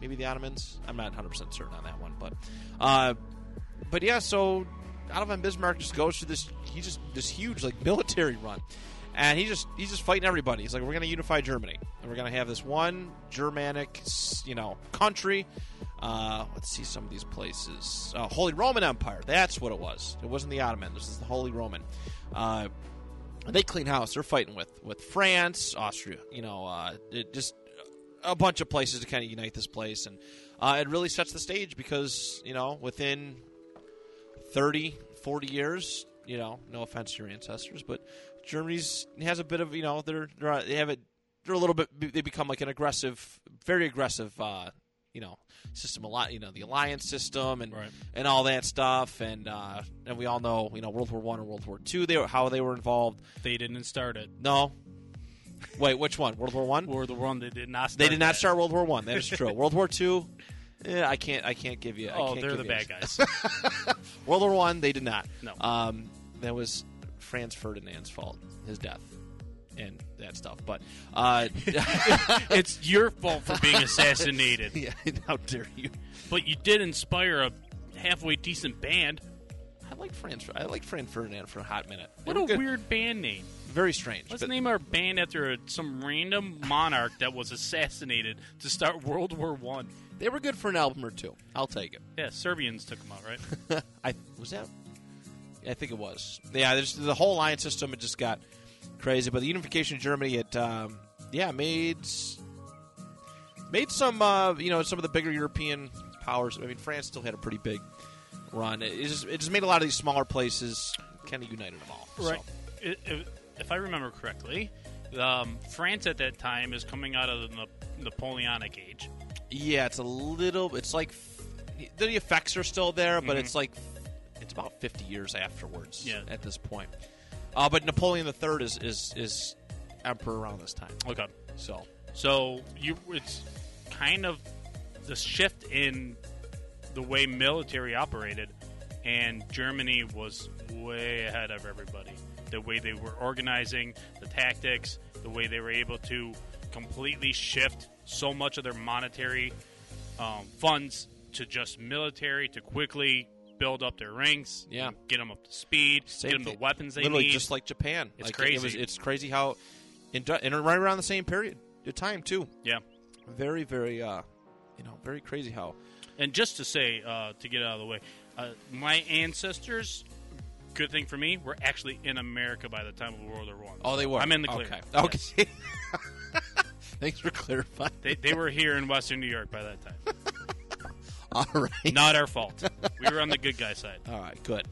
maybe the Ottomans. I'm not 100 percent certain on that one, but uh, but yeah. So Otto von Bismarck just goes through this he just this huge like military run, and he just he's just fighting everybody. He's like, we're gonna unify Germany, and we're gonna have this one Germanic s- you know country. Uh, let's see some of these places. Uh, Holy Roman Empire. That's what it was. It wasn't the Ottoman. This is the Holy Roman. Uh, they clean house. They're fighting with with France, Austria. You know, uh, it just a bunch of places to kind of unite this place, and uh, it really sets the stage because you know within 30, 40 years, you know, no offense to your ancestors, but Germany's has a bit of you know they're, they're they have it they're a little bit they become like an aggressive, very aggressive. Uh, you know, system a lot. You know, the alliance system and
Right.
and all that stuff, and uh, and we all know, you know, World War One and World War Two, they were, how they were involved.
They didn't start it.
No. Wait, which one? World War One?
Or the one they did not. Start
They did not
that.
start World War One. That is true. World War Two. eh, I can't. I can't give you. I
Oh,
can't
they're
give
the
you
bad
this.
guys.
World War One. They did not.
No.
Um, that was Franz Ferdinand's fault. His death. And that stuff, but uh,
it's your fault for being assassinated.
yeah, how dare you?
But you did inspire a halfway decent band. I
like Fran. I like Fran Ferdinand for a hot minute. They
What
were
a
good-
weird band name.
very strange.
Let's
but-
name our band after some random monarch that was assassinated to start World War One.
They were good for an album or two. I'll take it.
Yeah, Serbians took them out, right?
I was that. I think it was. Yeah, there's, the whole alliance system it just got crazy. But the unification of Germany, it um, yeah made s- made some uh, you know some of the bigger European powers. I mean, France still had a pretty big run. It, it just it just made a lot of these smaller places kind of united them all. so.
I if, if I remember correctly, um, France at that time is coming out of the Nap- Napoleonic age.
Yeah, it's a little. It's like f- the effects are still there, but it's like it's about fifty years afterwards.
Mm-hmm. Yeah.
at this point. Uh, but Napoleon III is is is emperor around this time.
Okay.
So
So you, it's kind of the shift in the way military operated, and Germany was way ahead of everybody. The way they were organizing, the tactics, the way they were able to completely shift so much of their monetary um, funds to just military to quickly build up their ranks,
Yeah.
and get them up to speed, get them the
same-
weapons they
literally
need.
just like Japan.
It's
Like, It
crazy.
was, it's crazy how in, and right around the same period, the time too.
yeah.
Very very uh, you know very crazy how
And just to say, uh, to get it out of the way, uh, my ancestors, good thing for me, were actually in America by the time of World War One.
oh they were.
I'm in the clear.
Okay.
Yes.
okay. Thanks for clarifying.
They, they were here in Western New York by that time.
All right.
Not our fault. We were on the good guy side.
All right, good,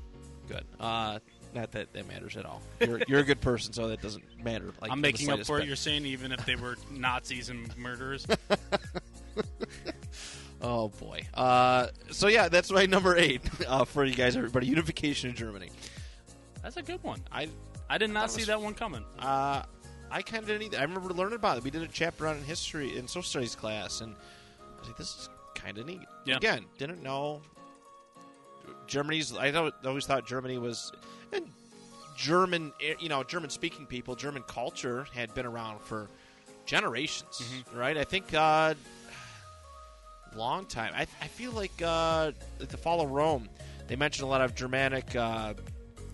good. Uh, not that that matters at all. You're, you're a good person, so that doesn't matter. Like, in
I'm
the
making up
slightest
for what
bit.
you're saying, even if they were Nazis and murderers.
Oh boy. Uh, so yeah, that's my number eight uh, for you guys, everybody. Unification of Germany.
That's a good one.
I,
I did not
That
see
was-
that one coming.
uh, I kind of didn't either. I remember learning about it. We did a chapter on it in history in social studies class, and I was like, this is kind of neat.
Yeah.
Again, didn't know. Germany's. I don't- always thought Germany was, and German, eh, you know, German speaking people, German culture had been around for generations, right? I think uh, long time. I, I feel like uh, at the fall of Rome, they mentioned a lot of Germanic, uh,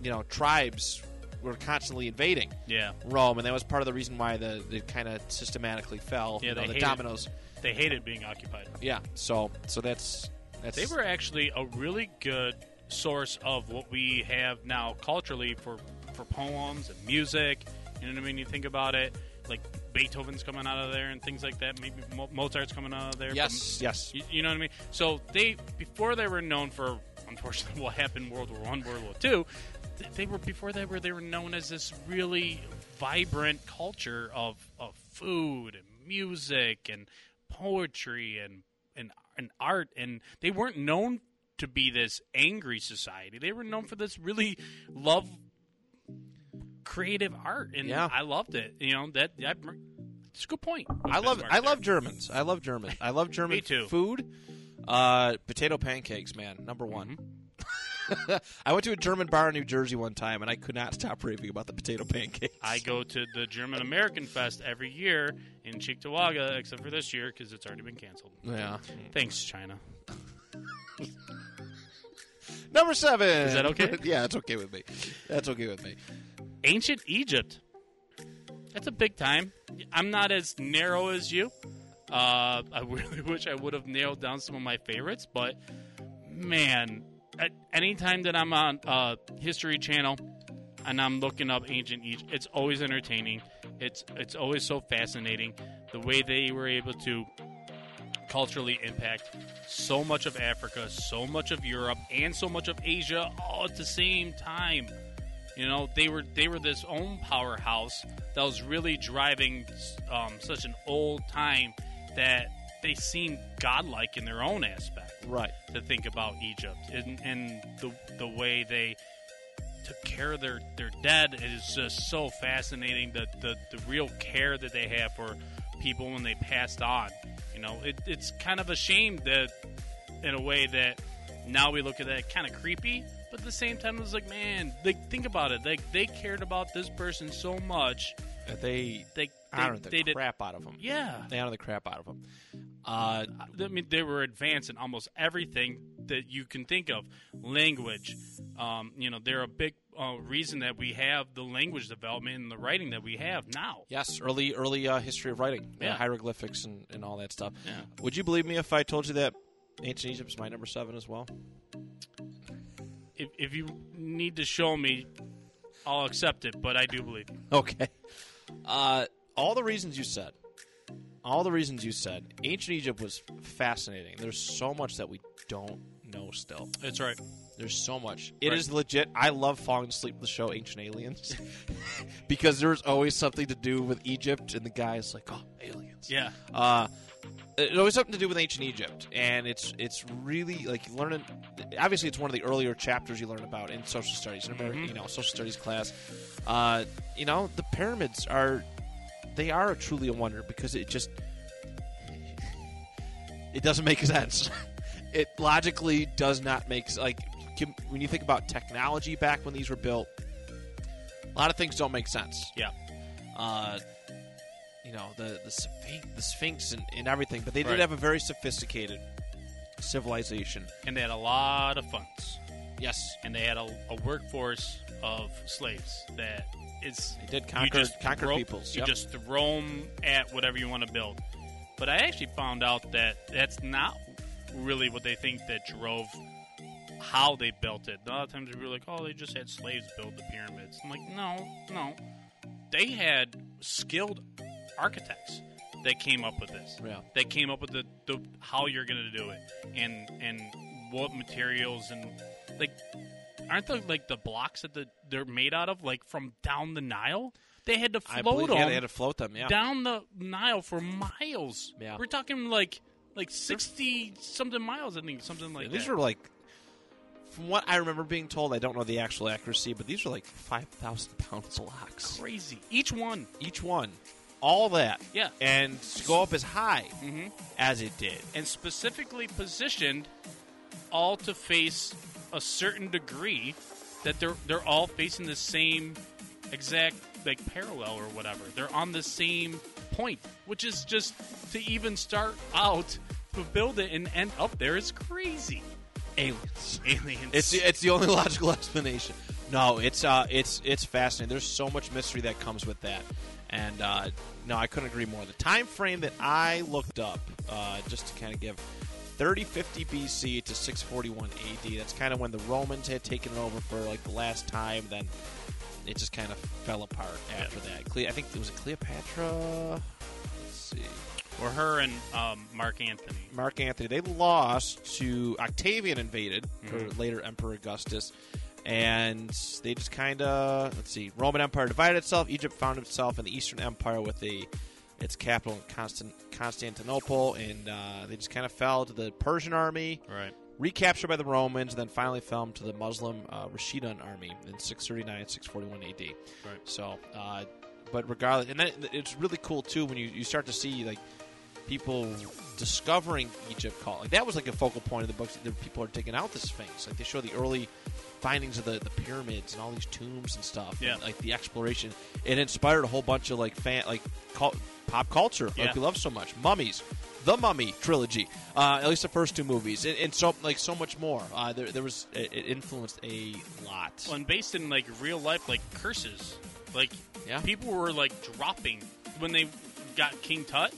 you know, tribes were constantly invading
Yeah,
Rome, and that was part of the reason why the it kind of systematically fell.
Yeah,
you know,
they
the
hated-
dominoes.
they hated being occupied.
Yeah, so so that's that's
They were actually a really good source of what we have now culturally for for poems and music. You know what I mean? You think about it, like Beethoven's coming out of there and things like that. Maybe Mo- Mozart's coming out of there.
yes yes
But- you, you know what I mean? So they before they were known for unfortunately what happened World War One, World War Two. th- They were before they were they were known as this really vibrant culture of of food and music and poetry and and and art and they weren't known to be this angry society. They were known for this really love creative art and
Yeah.
I loved it. You know that I, it's a good point.
I love
Bismarck
I
there.
love Germans. I love German. I love German
Me too.
food. Uh, potato pancakes, man, number one.
Mm-hmm.
I went to a German bar in New Jersey one time, and I could not stop raving about the potato pancakes.
I go to the German American Fest every year in Cheektowaga, except for this year because it's already been canceled.
yeah.
Thanks, China.
Number seven. Is
that okay?
yeah, that's okay with me. That's okay with me.
Ancient Egypt. That's a big time. I'm not as narrow as you. Uh, I really wish I would have nailed down some of my favorites, but man, at any time that I'm on uh, History Channel and I'm looking up ancient Egypt, it's always entertaining. It's it's always so fascinating the way they were able to culturally impact so much of Africa, so much of Europe, and so much of Asia all at the same time. You know, they were they were this own powerhouse that was really driving um, such an old time that they seemed godlike in their own aspect.
Right.
To think about Egypt and, and the the way they took care of their their dead it is just so fascinating. The the, the real care that they have for people when they passed on. You know, it, it's kind of a shame that in a way that now we look at that kind of creepy, but at the same time, it was like, man, like think about it. Like they cared about this person so much.
They,
They, they
honored the
they did,
crap out of them.
yeah.
They honored the crap out of them. Uh,
I mean, they were advanced in almost everything that you can think of. Language, um, you know, they're a big uh, reason that we have the language development and the writing that we have now.
Yes, early early uh, history of writing, uh,
Yeah.
hieroglyphics and, and all that stuff.
Yeah.
Would you believe me if I told you that ancient Egypt's my number seven as well?
If, if you need to show me, I'll accept it. But I do believe you.
Okay. Uh, all the reasons you said, all the reasons you said, ancient Egypt was fascinating. There's so much that we don't know still.
that's right.
There's so much. It is
Right.
legit. I love falling asleep with the show Ancient Aliens because there's always something to do with Egypt, and the guy's like, "Oh, aliens."
Yeah,
Uh, it always something to do with ancient Egypt, and it's it's really like learning. Obviously, it's one of the earlier chapters you learn about in social studies, in American, you know, social studies class. Uh, you know, the pyramids are they are a truly a wonder because it just it doesn't make sense. it logically does not make s- like com- when you think about technology back when these were built. A lot of things don't make sense
yeah,
uh, you know the the Sphinx, the Sphinx and, and everything, but they did
Right.
have a very sophisticated civilization.
and they had a lot of funds,
Yes,
and they had a, a workforce of slaves that it's
They did conquer- conquer
throw,
peoples,
You
yep.
just throw 'em at whatever you want to build. But I actually found out that that's not really what they think that drove how they built it. A lot of times we were like, oh, they just had slaves build the pyramids. I'm like, no, no, they had skilled architects that came up with this.
Yeah.
That came up with the, the how you're going to do it and and what materials and like aren't the like the blocks that the, they're made out of like from down the Nile? They had to
I
float
believe yeah, they had
them
to float them. Yeah,
down the Nile for miles.
Yeah.
We're talking like like sixty something miles, I think, something like
And these
that.
were like, from what I remember being told, I don't know the actual accuracy, but these were like five thousand pounds of locks
crazy. Each one.
each one, all that.
Yeah. Mm-hmm.
and to go up as high as it did.
and specifically positioned all to face a certain degree that they're they're all facing the same exact like parallel or whatever. They're on the same point, which is just to even start out to build it and end up there is crazy.
Aliens.
Aliens.
It's it's the only logical explanation. No, it's uh, it's it's fascinating. There's so much mystery that comes with that, and uh, no, I couldn't agree more. The time frame that I looked up, uh, just to kind of give 3050 BC to 641 AD. That's kind of when the Romans had taken it over for like the last time. Then it just kind of fell apart after that. Cle- I think it was Cleopatra. Let's see.
or her and um, Mark Anthony.
Mark Anthony. They lost to Octavian invaded, or later Emperor Augustus, and they just kind of let's see. Roman Empire divided itself. Egypt found itself in the Eastern Empire with the its capital in Constant, Constantinople, and uh, they just kind of fell to the Persian army,
Right.
recaptured by the Romans, and then finally fell to the Muslim uh, Rashidun army in 639 641 AD.
Right.
So, uh, but regardless, and then it's really cool too when you, you start to see like people discovering Egypt. Call like that was like a focal point of the books. That people are digging out the Sphinx. Like they show the early findings of the, the pyramids and all these tombs and stuff.
Yeah.
and, like the exploration, it inspired a whole bunch of like fan like cul- pop culture.
Yeah.
Like we love so much mummies. The Mummy trilogy, uh, at least the first two movies, and, and so like so much more. Uh, there, there was it, it influenced a lot.
Well, and based in like real life, like curses, like
Yeah.
people were like dropping when they got King Tut.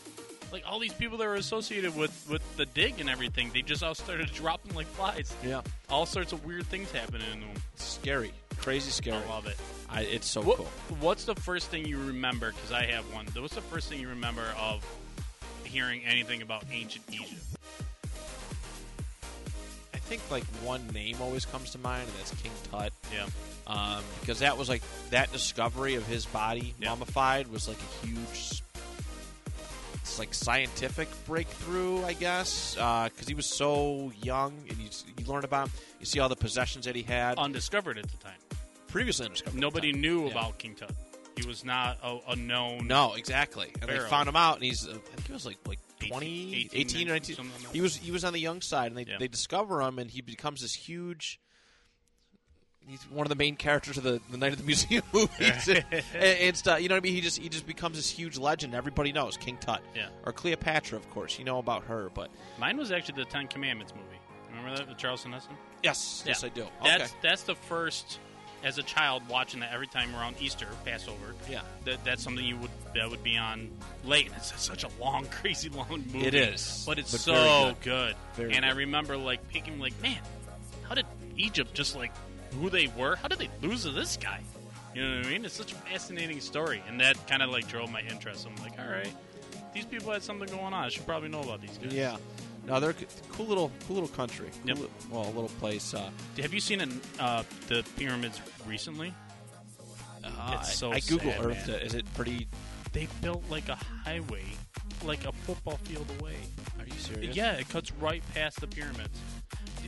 Like all these people that were associated with with the dig and everything, they just all started dropping like flies.
Yeah,
All sorts of weird things happening in them.
scary, crazy, scary.
I love it.
I, it's so
What,
cool.
What's the first thing you remember? Because I have one. What's the first thing you remember of hearing anything about ancient Egypt?
I think like one name always comes to mind, and that's King Tut,
Yeah,
um, because that was like that discovery of his body
Yeah.
mummified was like a huge, it's like scientific breakthrough, I guess, because he was so young, and you, you learn about him. You see all the possessions that he had
undiscovered at the time.
previously undiscovered.
Nobody knew
Yeah.
about King Tut. He was not a, a known.
No, exactly. And they
Pharaoh.
found him out, and he's uh, I think he was like like 20, 18, 19.
18, 19, something like
He was he was on the young side, and they,
Yeah.
they discover him, and he becomes this huge. He's one of the main characters of the, the Night of the Museum movies, and, and stuff. You know what I mean? He just he just becomes this huge legend. Everybody knows King Tut,
Yeah.
or Cleopatra, of course. You know about her, but
Mine was actually the Ten Commandments movie. Remember that the Charleston Heston?
Yes, yes, I do.
That's
okay.
that's the first. As a child, watching that every time around Easter, Passover,
Yeah.
that, that's something you would that would be on late. And it's such a long, crazy long movie.
It is.
but it's
But very
so good.
Very
and I
good.
remember like picking like, man, how did Egypt just like who they were? How did they lose to this guy? You know what I mean? It's such a fascinating story, and that kind of like drove my interest. I'm like, all right, these people had something going on. I should probably know about these guys.
Yeah. No, they're c- cool little, cool little country. Cool
Yep.
li- well, a little place. Uh,
Have you seen an, uh, the pyramids recently?
uh,
It's so
I, I Google
sad,
Earthed
man.
it. Is it pretty?
They built like a highway, like a football field away.
Are you serious?
Yeah, it cuts right past the pyramids.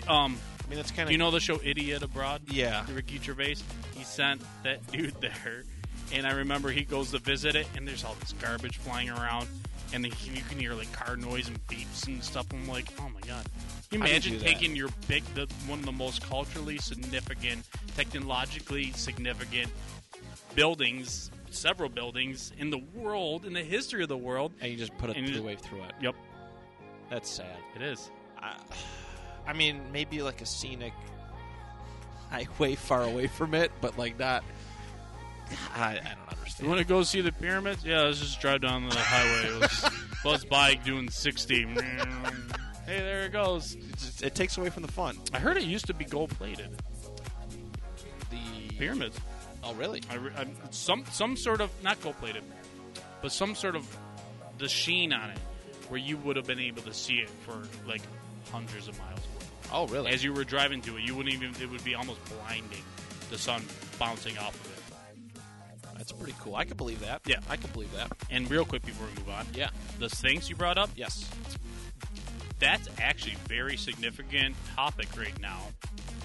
Um,
I mean, that's kind of.
do you know the show Idiot Abroad?
Yeah.
Ricky Gervais. He sent that dude there, and I remember he goes to visit it, and there's all this garbage flying around, and then you can hear like car noise and beeps and stuff. I'm like, oh my god. Can you
I could
imagine
do that.
taking your big, the, one of the most culturally significant, technologically significant buildings, several buildings in the world, in the history of the world.
and you just put a
And you-
through wave through it.
Yep,
That's sad.
it is.
I, I mean, maybe like a scenic highway far away from it, but like not. I, I don't
You
understand.
want to go see the pyramids? Yeah, let's just drive down the highway. Let's, let's bike doing 60. hey, there it goes.
It's just- it takes away from the fun.
I heard it used to be gold plated.
The
Pyramids.
Oh, really?
I, re- I, some some sort of not gold plated, but some sort of the sheen on it, where you would have been able to see it for like hundreds of miles away.
Oh, really?
As you were driving to it, you wouldn't even. It would be almost blinding. The sun bouncing off of it.
That's pretty cool. I could believe that.
Yeah.
I could believe that.
And real quick before we move on,
Yeah.
the Sphinx you brought up.
Yes.
that's actually a very significant topic right now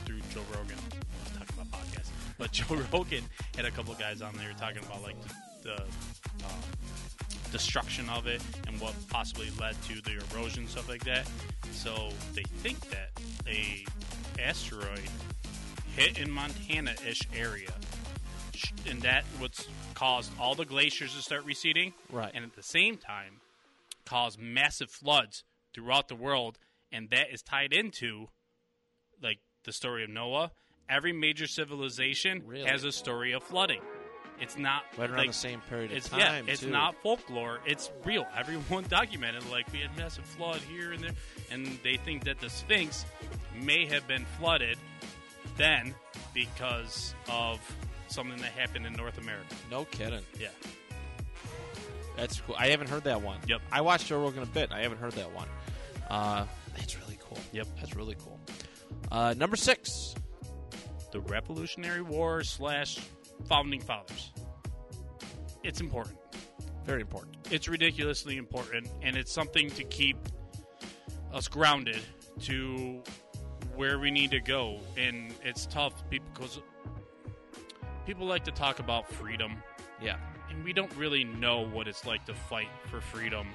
through Joe Rogan. I was talking about podcasts, but Joe Rogan had a couple of guys on there talking about like the, the um, destruction of it and what possibly led to the erosion, stuff like that. So they think that a asteroid hit in Montana-ish area, sh- and that what's caused all the glaciers to start receding.
Right.
and at the same time cause massive floods throughout the world, and that is tied into like the story of Noah. Every major civilization
Really?
has a story of flooding. It's not
Right around
like,
the same period of
It's
time.
yeah, it's
too.
not folklore. It's real. Everyone documented like we had massive flood here and there, and they think that the Sphinx may have been flooded then because of something that happened in North America.
No kidding.
Yeah,
That's cool. I haven't heard that one.
Yep.
I watched Joe Rogan a bit. and I haven't heard that one. Uh, that's really cool.
Yep.
That's really cool. Uh, number six.
the Revolutionary War slash Founding Fathers. It's important.
Very important.
It's ridiculously important, and it's something to keep us grounded to where we need to go. And it's tough because people like to talk about freedom,
Yeah.
and we don't really know what it's like to fight for freedom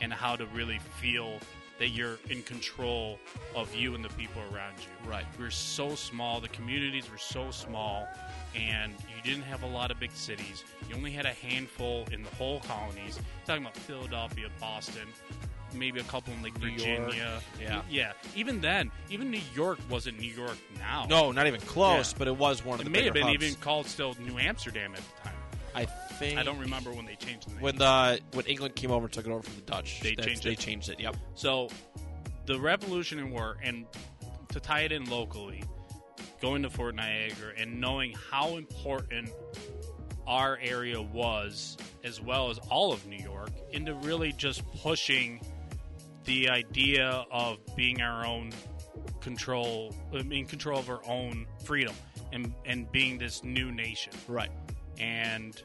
and how to really feel that you're in control of you and the people around you.
Right.
We're so small, the communities were so small, and you didn't have a lot of big cities. You only had a handful in the whole colonies. talking about Philadelphia, Boston, maybe a couple in like
New York.
Virginia.
Yeah.
Yeah. Even then, even New York wasn't New York now.
No, not even close.
Yeah.
But it was one of
It
the
may
bigger
have been
hubs.
even called still New Amsterdam at the time.
I think
I don't remember when they changed the name.
when the when England came over and took it over from the Dutch.
They
That's-
changed
They
it.
changed it. Yep.
So, the Revolutionary War, and to tie it in locally, going to Fort Niagara and knowing how important our area was, as well as all of New York, into really just pushing the idea of being our own control, in control of our own freedom, and and being this new nation
Right.
and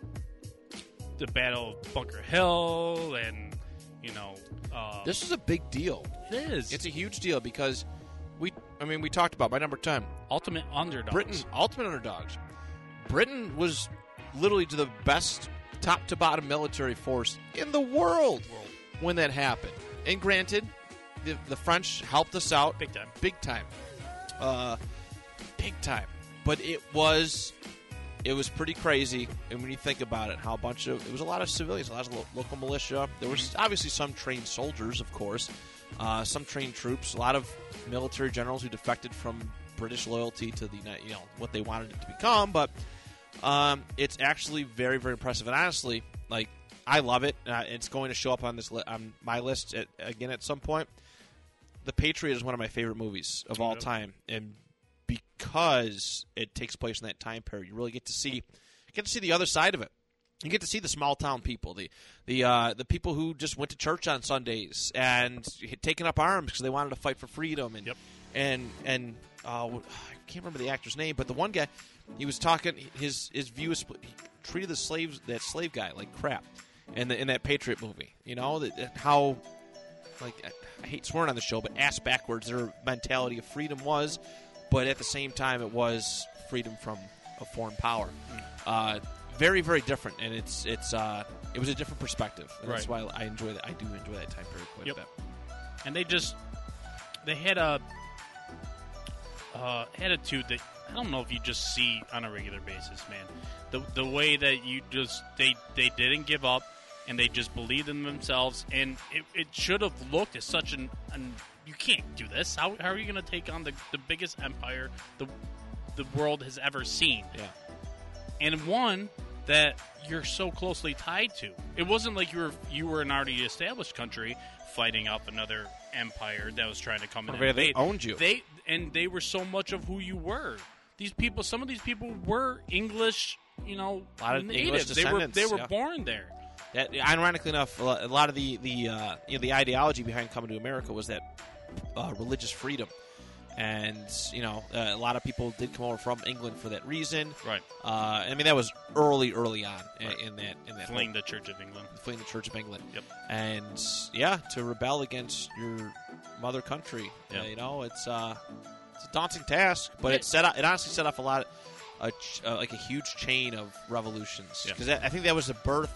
the Battle of Bunker Hill, and you know, uh,
This is a big deal.
it is
It's a huge deal because we. I mean, we talked about my number ten.
ultimate underdog.
Britain, ultimate underdogs. Britain was literally to the best top to bottom military force in the world,
World.
when that happened. And granted, the, the French helped us out
big time.
big time, uh, big time. But it was it was pretty crazy. And when you think about it, how a
Mm-hmm.
bunch of it was a lot of civilians, a lot of lo- local militia. There was obviously some trained soldiers, of course, uh, some trained troops, a lot of military generals who defected from British loyalty to the Uni- you know what they wanted it to become. But um, it's actually very very impressive, and honestly, like I love it. Uh, it's going to show up on this li- on my list at, again at some point. The Patriot is one of my favorite movies of all
Yeah.
time, and because it takes place in that time period, you really get to see get to see the other side of it. You get to see the small town people, the the uh, the people who just went to church on Sundays and had taken up arms because they wanted to fight for freedom and
Yep.
and and uh, I can't remember the actor's name, but the one guy he was talking his his view is split- he treated the slaves that slave guy like crap, in the, in that Patriot movie, you know that, that how like I, I hate swearing on the show, but ass backwards their mentality of freedom was, but at the same time it was freedom from a foreign power. Uh, very very different, and it's it's uh, it was a different perspective. And That's why
Right.
I enjoy that. I do enjoy that time period quite
Yep.
a bit.
and they just they had a uh, attitude that I don't know if you just see on a regular basis, man. The the way that you just they they didn't give up and they just believed in themselves, and it, it should have looked as such an, an you can't do this. How, how are you going to take on the, the biggest empire the the world has ever seen?
Yeah.
and one that you're so closely tied to. It wasn't like you were you were an already established country fighting off another empire that was trying to come in.
Or
and
they
invade.
owned you.
They and they were so much of who you were. These people, some of these people were English, you know,
A lot of English
natives. they were
descendants,
they were
yeah.
born there.
That, ironically enough, a lo- a lot of the the uh, you know the ideology behind coming to America was that uh, religious freedom, and you know uh, a lot of people did come over from England for that reason.
Right.
Uh, I mean that was early, early on i-
Right.
in that in that whole-
Fleeing the Church of England.
fleeing the Church of England.
Yep.
And yeah, to rebel against your mother country,
Yeah.
uh, you know, it's uh, it's a daunting task, but it
Yeah.
set o- it honestly set off a lot, a ch- uh, like a huge chain of revolutions
Yeah.
because I think that was the birth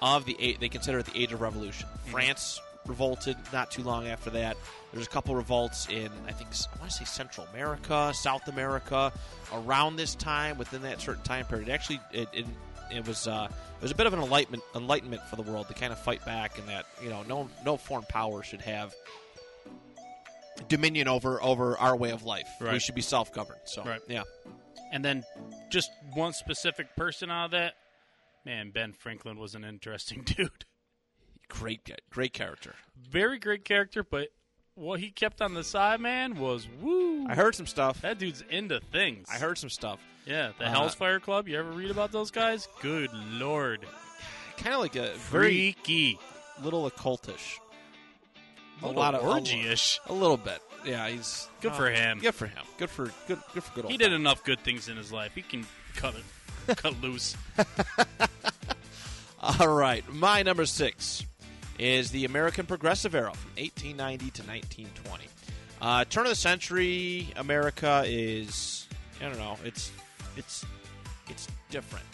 of the a- they consider it the age of revolution.
Mm-hmm.
France revolted not too long after that. There's a couple revolts in I think s- I want to say Central America, South America, around this time within that certain time period. It actually, it it, it was uh, it was a bit of an enlightenment enlightenment for the world to kind of fight back and that you know no no foreign power should have dominion over over our way of life. We
Right.
should be self governed. So
Right.
yeah,
And then just one specific person out of that. Man, Ben Franklin was an interesting dude.
great great character.
Very great character, but what he kept on the side, man, was woo.
I heard some stuff.
That dude's into things.
I heard some stuff.
Yeah, the
Uh,
Hell's Fire Club. You ever read about those guys? Good lord,
Kind of like a very
freaky,
little occultish.
Little
lot of- a lot.
orgy-ish.
A little bit. Yeah, he's uh,
Good for him.
Good for him. Good for good. Good for good old.
He did
Tom.
enough good things in his life. He can cut it, cut loose.
All right, my number six is the American Progressive Era from 1890 to 1920. Uh, turn of the century America is I don't know. It's it's it's different.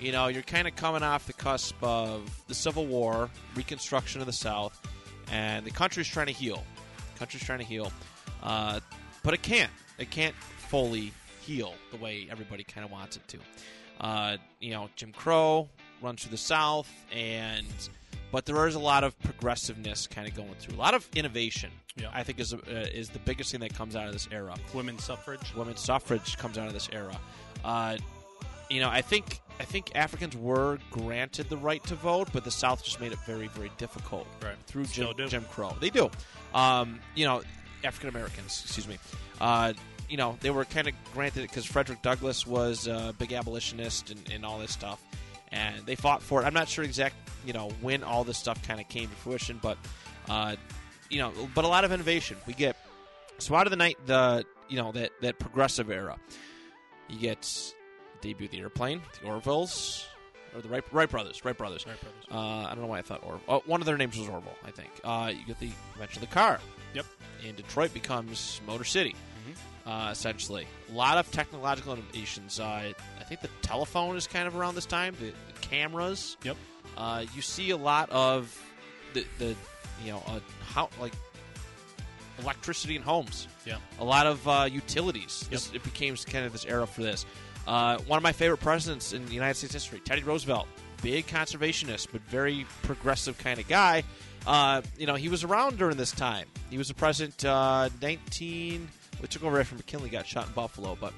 You know, you're kind of coming off the cusp of the Civil War, Reconstruction of the South, and the country's trying to heal. Country's trying to heal, uh, but it can't. It can't fully heal the way everybody kind of wants it to. Uh, you know, Jim Crow runs through the South, and but there is a lot of progressiveness kind of going through. A lot of innovation,
Yeah.
I think, is uh, is the biggest thing that comes out of this era
Women's suffrage.
women's suffrage comes out of this era. Uh, you know, I think I think Africans were granted the right to vote, but the South just made it very, very difficult
Right.
through Jim,
Still do.
Jim Crow. They do. Um, you know, African Americans, excuse me. Uh, you know, they were kind of granted it because Frederick Douglass was a big abolitionist and, and all this stuff, and they fought for it. I'm not sure exact, you know, when all this stuff kind of came to fruition, but uh, you know, but a lot of innovation. We get so out of the night, the you know that that progressive era, you get debut of the airplane, the Orvilles, or the Wright, Wright brothers, Wright brothers.
Sorry, brothers.
Uh, I don't know why I thought Orville. Oh, one of their names was Orville, I think. Uh, you get the invention of the car.
Yep. Mm-hmm.
And Detroit becomes Motor City, uh, essentially. A lot of technological innovations. Uh, I think the telephone is kind of around this time. The, the cameras.
Yep.
Uh, you see a lot of the, the you know, uh, how like electricity in homes
Yeah.
a lot of uh, utilities. This, it became kind of this era for this. Uh, one of my favorite presidents in United States history, Teddy Roosevelt, big conservationist but very progressive kind of guy. Uh, you know, he was around during this time. He was the president uh, 19. We took over after McKinley got shot in Buffalo, but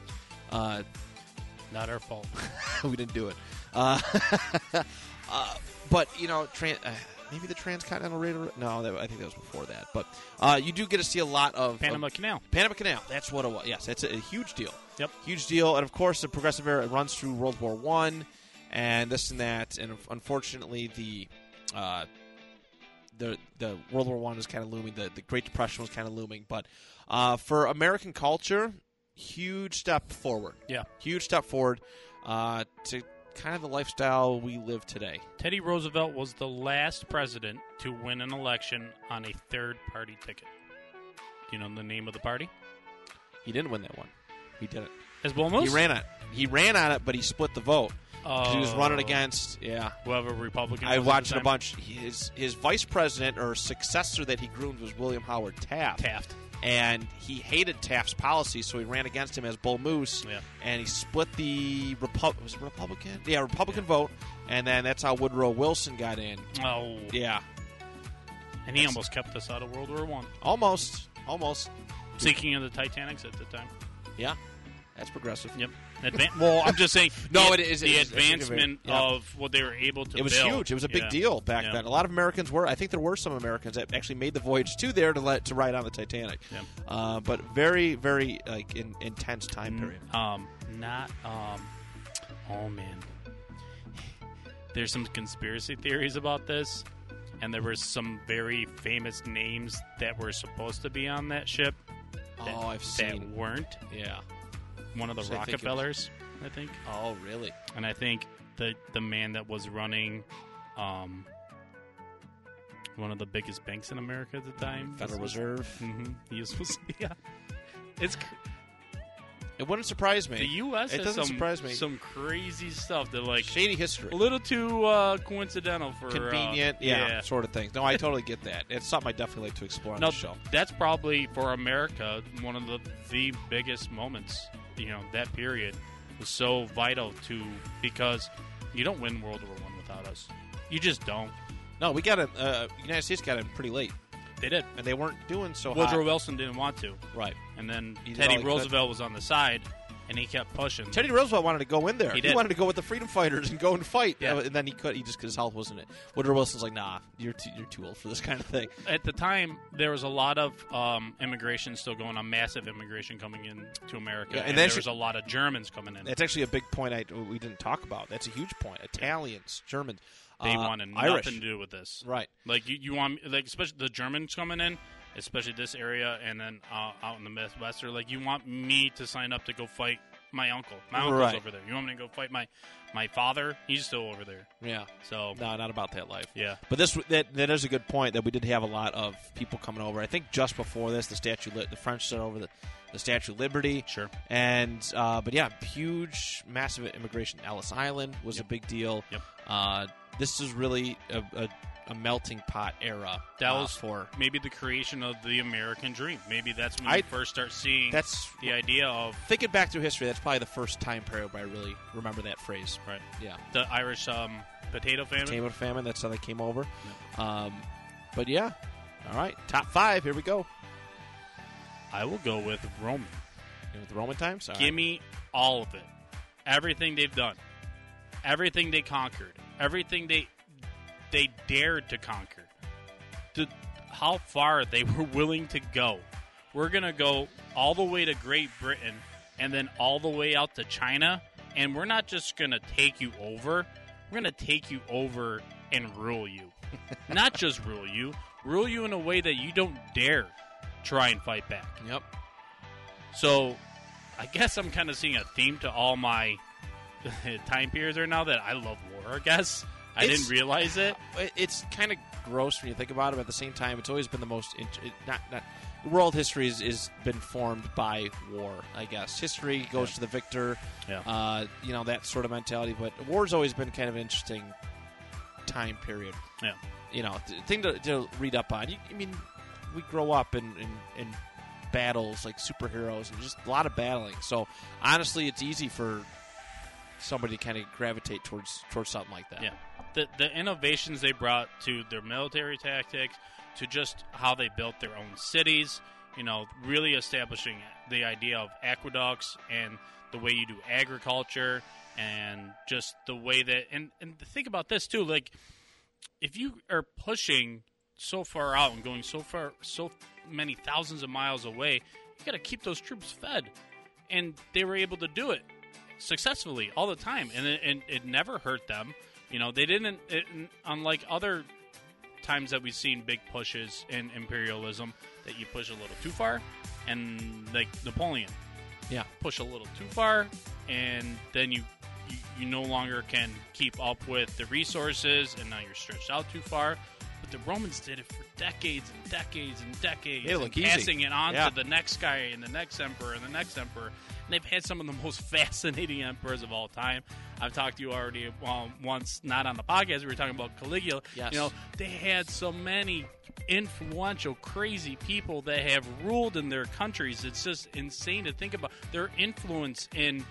uh,
Not our fault.
we didn't do it. Uh, uh, but you know, tran- uh, maybe the transcontinental radar. No, that, I think that was before that. But uh, you do get to see a lot of
Panama
of-
Canal.
Panama Canal. That's what it was. Yes, that's a, a huge deal.
Yep.
huge deal. And of course, the Progressive Era runs through World War One, and this and that. And unfortunately, the uh, the the World War One was kind of looming. The the Great Depression was kind of looming. But uh, for American culture, huge step forward.
Yeah.
huge step forward uh, to kind of the lifestyle we live today.
Teddy Roosevelt was the last president to win an election on a third party ticket. Do you know the name of the party?
He didn't win that one. He didn't.
As
He
Bulmos?
ran on it. He ran on it, but he split the vote. 'Cause He was
Oh.
running against. Yeah.
Whoever Republican.
I
was at the
watched it a
time.
bunch. His his vice president or successor that he groomed was William Howard Taft,
Taft.
and he hated Taft's policies, so he ran against him as Bull Moose,
Yeah.
and he split the Repu- was it Republican, yeah, Republican vote, and then that's how Woodrow Wilson got in.
Oh,
Yeah,
and he almost kept us out of World War One.
almost, almost.
Speaking of the Titanics at the time.
Yeah, that's progressive.
Yep. Advan- well, I'm just saying.
No,
the-
it is- it
the
is- it's a good
advancement
very- yeah.
of what they were able to.
It was
build.
huge. It was a big
Yeah.
deal back
Yeah.
then. A lot of Americans were. I think there were some Americans that actually made the voyage to there to let to ride on the Titanic.
Yeah.
Uh, but very, very like in, intense time period.
Um, not um. Oh man, there's some conspiracy theories about this, and there were some very famous names that were supposed to be on that ship that,
oh, I've
that
seen.
weren't.
yeah.
One of the
So I think it
Rockefellers, I think,
Oh, really?
and I think the the man that was running, um, one of the biggest banks in America at the time,
Federal
was-
Reserve.
Mm-hmm. He was supposed to be. Yeah. It's cr-
It wouldn't surprise me.
the U.S.
It
has
doesn't
some,
surprise me.
Some crazy stuff that like
shady history,
a little too uh, coincidental for uh,
convenient, yeah, sort of things. No, I totally get that. It's something I definitely like to explore on
No,
the show.
that's probably for America one of the the biggest moments. You know, that period was so vital to because you don't win World War One without us. You just don't.
No, we got in. Uh, United States got in pretty late,
They did.
and they weren't doing so
Woodrow
hot.
Wilson didn't want to,
Right.
and then
He did all
Teddy
he could.
Roosevelt was on the side, and he kept pushing.
Teddy Roosevelt wanted to go in there.
He did.
wanted to go with the freedom fighters and go and fight. Uh,
Yeah.
And then he could. He just because his health wasn't it. Woodrow Wilson's like, nah, you're too, you're too old for this kind of thing.
at the time there was a lot of um, immigration still going on, massive immigration coming in to America,
Yeah, and
and,
that's-
there was a lot of Germans coming in.
That's actually a big point. I we didn't talk about. That's a huge point. Italians, Germans,
They
uh,
wanted nothing
Irish.
to do with this,
Right.
Like you, you want like especially the Germans coming in, especially this area, and then uh, out in the Midwest, are like you want me to sign up to go fight my uncle. My uncle's
Right.
over there. You want me to go fight my my father? He's still over there.
Yeah.
So
No, not about that life.
yeah,
But this that that is a good point that we did have a lot of people coming over. I think just before this, the statue Li- the French sent over the, the Statue of Liberty,
sure.
and uh, but yeah, huge, massive immigration. Ellis Island was a big deal.
Yep.
Uh, this is really a, a, a melting pot era.
That
uh,
was-
for
Maybe the creation of the American dream. Maybe that's when
I-
you first start seeing
that's
the idea of
thinking back through history. That's probably the first time period where I really remember that phrase.
right.
Yeah.
the Irish um, potato famine.
Came with famine. That's how they came over. Um, but yeah, all right. Top five. Here we go.
I will go with Roman.
You know, the Roman times. All right.
Give me all of it. Everything they've done, everything they conquered, everything they they dared to conquer, to how far they were willing to go. We're gonna go all the way to Great Britain and then all the way out to China, and we're not just gonna take you over. We're gonna take you over and rule you. not just rule you, rule you in a way that you don't dare try and fight back.
Yep.
So, I guess I'm kind of seeing a theme to all my time periods right now that I love war. I guess I
It's-
didn't realize it.
It- It's kind of gross when you think about it. But at the same time, it's always been the most int- it- not not world history has is been formed by war. I guess history goes to the victor.
Yeah.
Uh, you know that sort of mentality. But war's always been kind of an interesting time period.
Yeah.
You know, th- thing to, to read up on. You, I mean, we grow up in in, in battles like superheroes and just a lot of battling. So honestly, it's easy for somebody to kind of gravitate towards towards something like that.
Yeah. The the innovations they brought to their military tactics, to just how they built their own cities, you know, really establishing the idea of aqueducts and the way you do agriculture and just the way that and, and think about this too, like if you are pushing so far out and going so far so many thousands of miles away, you gotta keep those troops fed. And they were able to do it successfully all the time, and it, and it never hurt them. You know, they didn't. It, unlike other times that we've seen big pushes in imperialism, that you push a little too far, and like Napoleon,
Yeah.
push a little too far, and then you you, you no longer can keep up with the resources, and now you're stretched out too far. But the Romans did it for decades and decades and decades,
They
and
look easy.
passing it on
Yeah.
to the next guy and the next emperor and the next emperor. And they've had some of the most fascinating emperors of all time. I've talked to you already um, once, not on the podcast. We were talking about Caligula.
Yes.
You know, they had so many influential, crazy people that have ruled in their countries. It's just insane to think about their influence in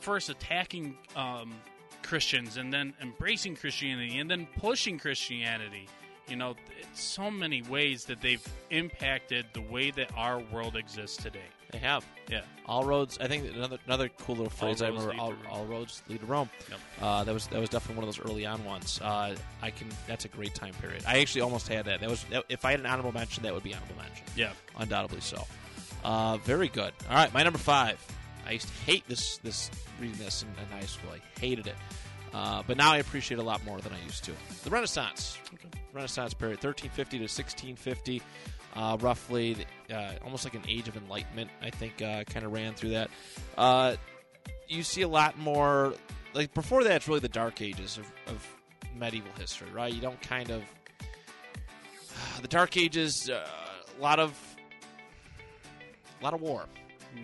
first attacking um, Christians and then embracing Christianity and then pushing Christianity. You know, it's so many ways that they've impacted the way that our world exists today.
They have
Yeah.
all roads. I think another another cool little phrase I
roads
remember.
lead
All,
to Rome.
all roads lead to Rome.
Yep.
Uh, that was that was definitely one of those early on ones. Uh, I can. That's a great time period. I actually almost had that. That was that, if I had an honorable mention, that would be honorable mention.
Yeah.
undoubtedly so. Uh, very good. All right, my number five. I used to hate this this reading this in, in high school. I hated it, uh, but now I appreciate it a lot more than I used to. The Renaissance, Renaissance period, 1350 to 1650, uh, roughly, uh, almost like an age of enlightenment. I think uh, kind of ran through that. Uh, you see a lot more like before that. It's really the Dark Ages of, of medieval history, right? You don't kind of the Dark Ages, uh, a lot of, a lot of war,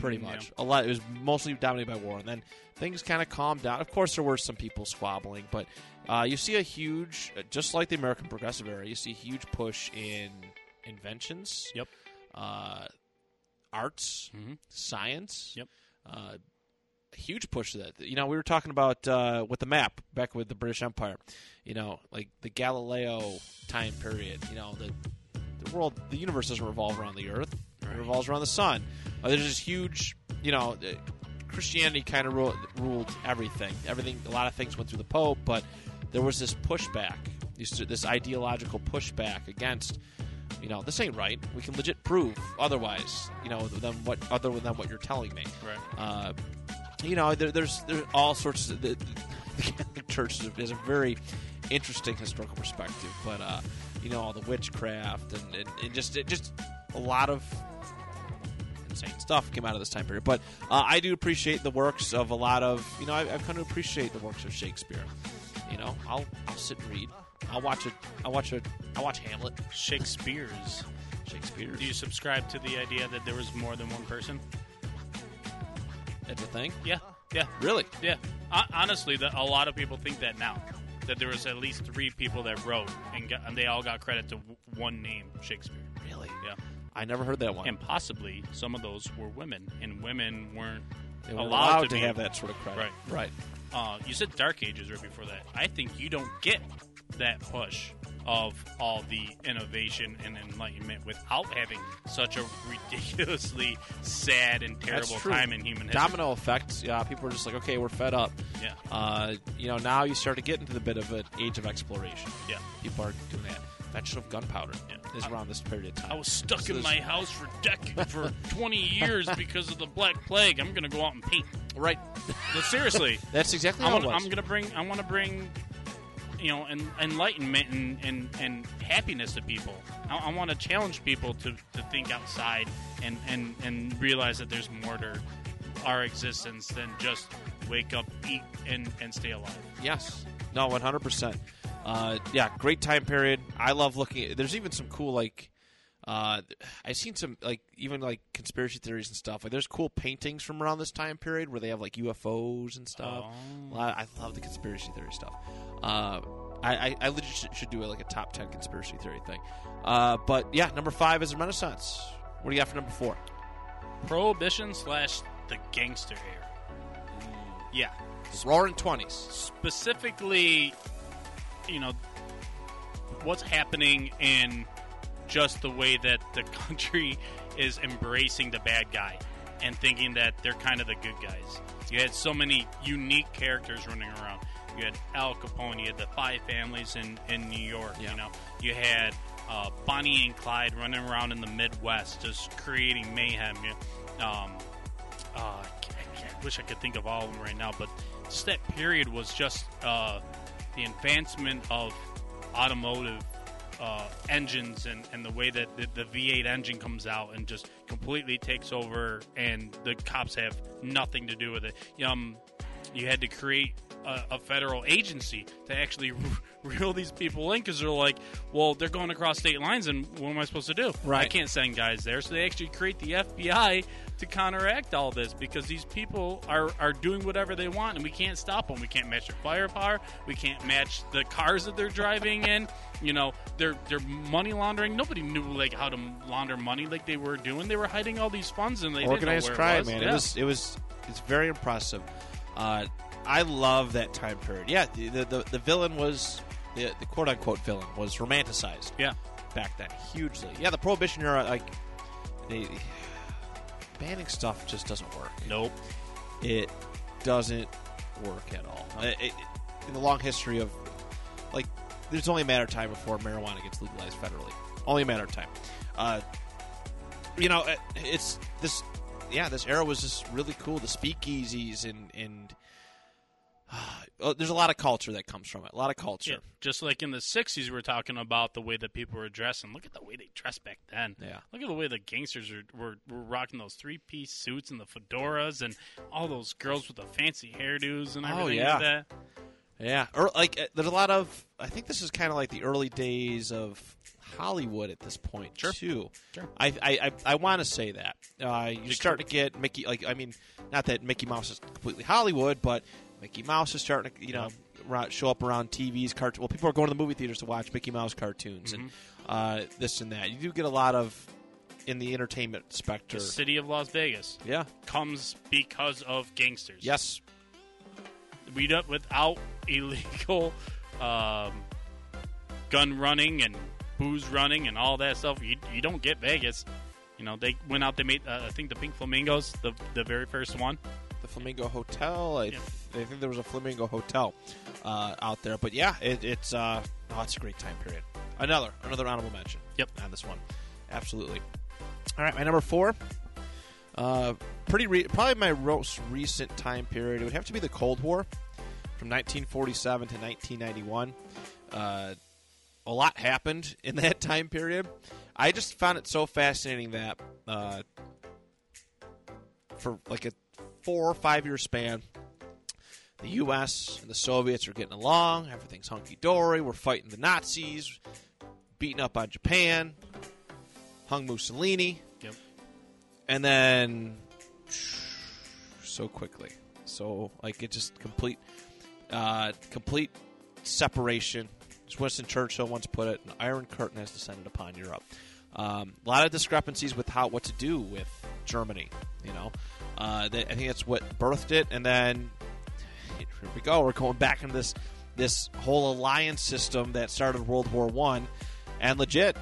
pretty
Mm,
much. A lot. It was mostly dominated by war, and then things kind of calmed down. Of course, there were some people squabbling, but uh, you see a huge, uh, just like the American Progressive era, you see a huge push in inventions,
Yep.
uh, arts,
Mhm.
science.
Yep.
Uh, a huge push to that. You know, we were talking about uh, with the map back with the British Empire. You know, like the Galileo time period. You know, the the world, the universe doesn't revolve around the Earth; it
Right.
revolves around the sun. Uh, there's this huge, you know, uh, Christianity kind of ruled, ruled everything. Everything, a lot of things went through the Pope, but there was this pushback, this, this ideological pushback against. You know, this ain't right. We can legit prove otherwise. You know, than what other than what you're telling me
Right.
uh, you know, there, there's there's all sorts of the, the Catholic Church is a, is a very interesting historical perspective, but uh, you know, all the witchcraft and, and, and just it just a lot of insane stuff came out of this time period. But uh, I do appreciate the works of a lot of you know I, I've come to appreciate the works of Shakespeare. You know, I'll I'll sit and read. I'll watch it. I watch it. I watch Hamlet.
Shakespeare's.
Shakespeare's
Do you subscribe to the idea that there was more than one person?
That's a thing.
Yeah. Yeah.
Really?
Yeah. Hon- honestly, that a lot of people think that now. That there was at least three people that wrote, and, got, and they all got credit to w- one name, Shakespeare.
Really?
Yeah.
I never heard that one.
And possibly some of those were women, and women weren't
They weren't
allowed,
allowed
be-
have that sort of credit.
Right.
Right.
Uh, you said Dark Ages right before that. I think you don't get that push of all the innovation and enlightenment without having such a ridiculously sad and terrible
true.
time in human history.
domino effect. Yeah, people are just like, okay, we're fed up.
Yeah.
Uh, you know, now you start to get into the bit of an age of exploration.
Yeah.
People are doing that. Invention of gunpowder
Yeah.
is around this period of time.
I was stuck
So
in
there's-
my house for dec- for 20 years because of the Black Plague. I'm gonna go out and paint.
right.
No, seriously.
That's exactly
I
how it
wanna,
was.
I'm gonna bring. I want to bring, you know, en- enlightenment and, and, and happiness to people. I, I want to challenge people to, to think outside and, and and realize that there's more to our existence than just wake up, eat, and and stay alive.
Yes. No, 100%. Uh, yeah, great time period. I love looking at There's even some cool, like, uh, I've seen some, like, even, like, conspiracy theories and stuff. Like, there's cool paintings from around this time period where they have, like, UFOs and stuff. A
Oh.
lot- I love the conspiracy theory stuff. Uh, I, I, I legit should- should do, like, a top 10 conspiracy theory thing. Uh, but, yeah, number five is the Renaissance. What do you got for number four?
Prohibition slash the gangster era. Yeah.
Roaring Twenties.
specifically, you know, what's happening in just the way that the country is embracing the bad guy and thinking that they're kind of the good guys. You had so many unique characters running around. You had Al Capone, you had the five families in, in New York,
Yeah.
you know. You had uh, Bonnie and Clyde running around in the Midwest just creating mayhem. You, um, uh, I can't- I wish I could think of all of them right now, but just that period was just uh, the advancement of automotive uh, engines and, and the way that the, the V8 engine comes out and just completely takes over, and the cops have nothing to do with it. Um, you had to create a, a federal agency to actually reel these people in because they're like, well, they're going across state lines, and what am I supposed to do? I
Right.
can't send guys there. So they actually create the FBI to counteract all this because these people are, are doing whatever they want, and we can't stop them. We can't match their firepower. We can't match the cars that they're driving in. You know, they're they're money laundering. Nobody knew like how to launder money like they were doing. They were hiding all these funds, and they
organized
didn't know where
crime,
it was.
man.
Yeah.
It was it was it's very impressive. Uh, I love that time period. Yeah, the the, the, the villain was the, the quote unquote villain was romanticized
yeah.
back then hugely. Yeah, the Prohibition era, like they, banning stuff just doesn't work.
Nope.
It doesn't work at all. It- it- in the long history of like, there's only a matter of time before marijuana gets legalized federally. Only a matter of time. Uh, you know, it, it's this. Yeah, this era was just really cool. The speakeasies and and uh, there's a lot of culture that comes from it. A lot of culture.
Yeah, just like in the 60s, we were talking about the way that people were dressing. Look at the way they dressed back then.
Yeah.
Look at the way the gangsters were, were, were rocking those three piece suits and the fedoras and all those girls with the fancy hairdos and everything
Oh, yeah.
like that.
Yeah, or like uh, there's a lot of. I think this is kind of like the early days of Hollywood at this point too.
Sure.
I I, I, I want to say that uh, you're starting to get Mickey. Like I mean, not that Mickey Mouse is completely Hollywood, but Mickey Mouse is starting to you know ro- show up around TVs, cartoons. Well, people are going to the movie theaters to watch Mickey Mouse cartoons
Mm-hmm.
and uh, this and that. You do get a lot of in the entertainment
The
specter.
city of Las Vegas
Yeah.
comes because of gangsters.
Yes.
We don't, without illegal um, gun running and booze running and all that stuff, you, you don't get Vegas. You know, they went out, they made, uh, I think, the Pink Flamingos, the, the very first one.
the Flamingo Hotel. I,
Yeah.
I think there was a Flamingo Hotel uh, out there, but yeah, it, it's uh, oh, it's a great time period. Another another honorable mention.
Yep.
on this one, absolutely. All right, my number four. Uh, pretty re- probably my most recent time period. It would have to be the Cold War, from 1947 to 1991. Uh, a lot happened in that time period. I just found it so fascinating that uh, for like a four or five year span, the U.S. and the Soviets are getting along. Everything's hunky dory. We're fighting the Nazis, beating up on Japan, hung Mussolini,
Yep.
and then so quickly, so like it just complete, uh, complete separation. As Winston Churchill once put it, an iron curtain has descended upon Europe. Um, a lot of discrepancies with how what to do with Germany. You know, uh, that, I think that's what birthed it, and then here we go. We're going back into this this whole alliance system that started World War One, and legit,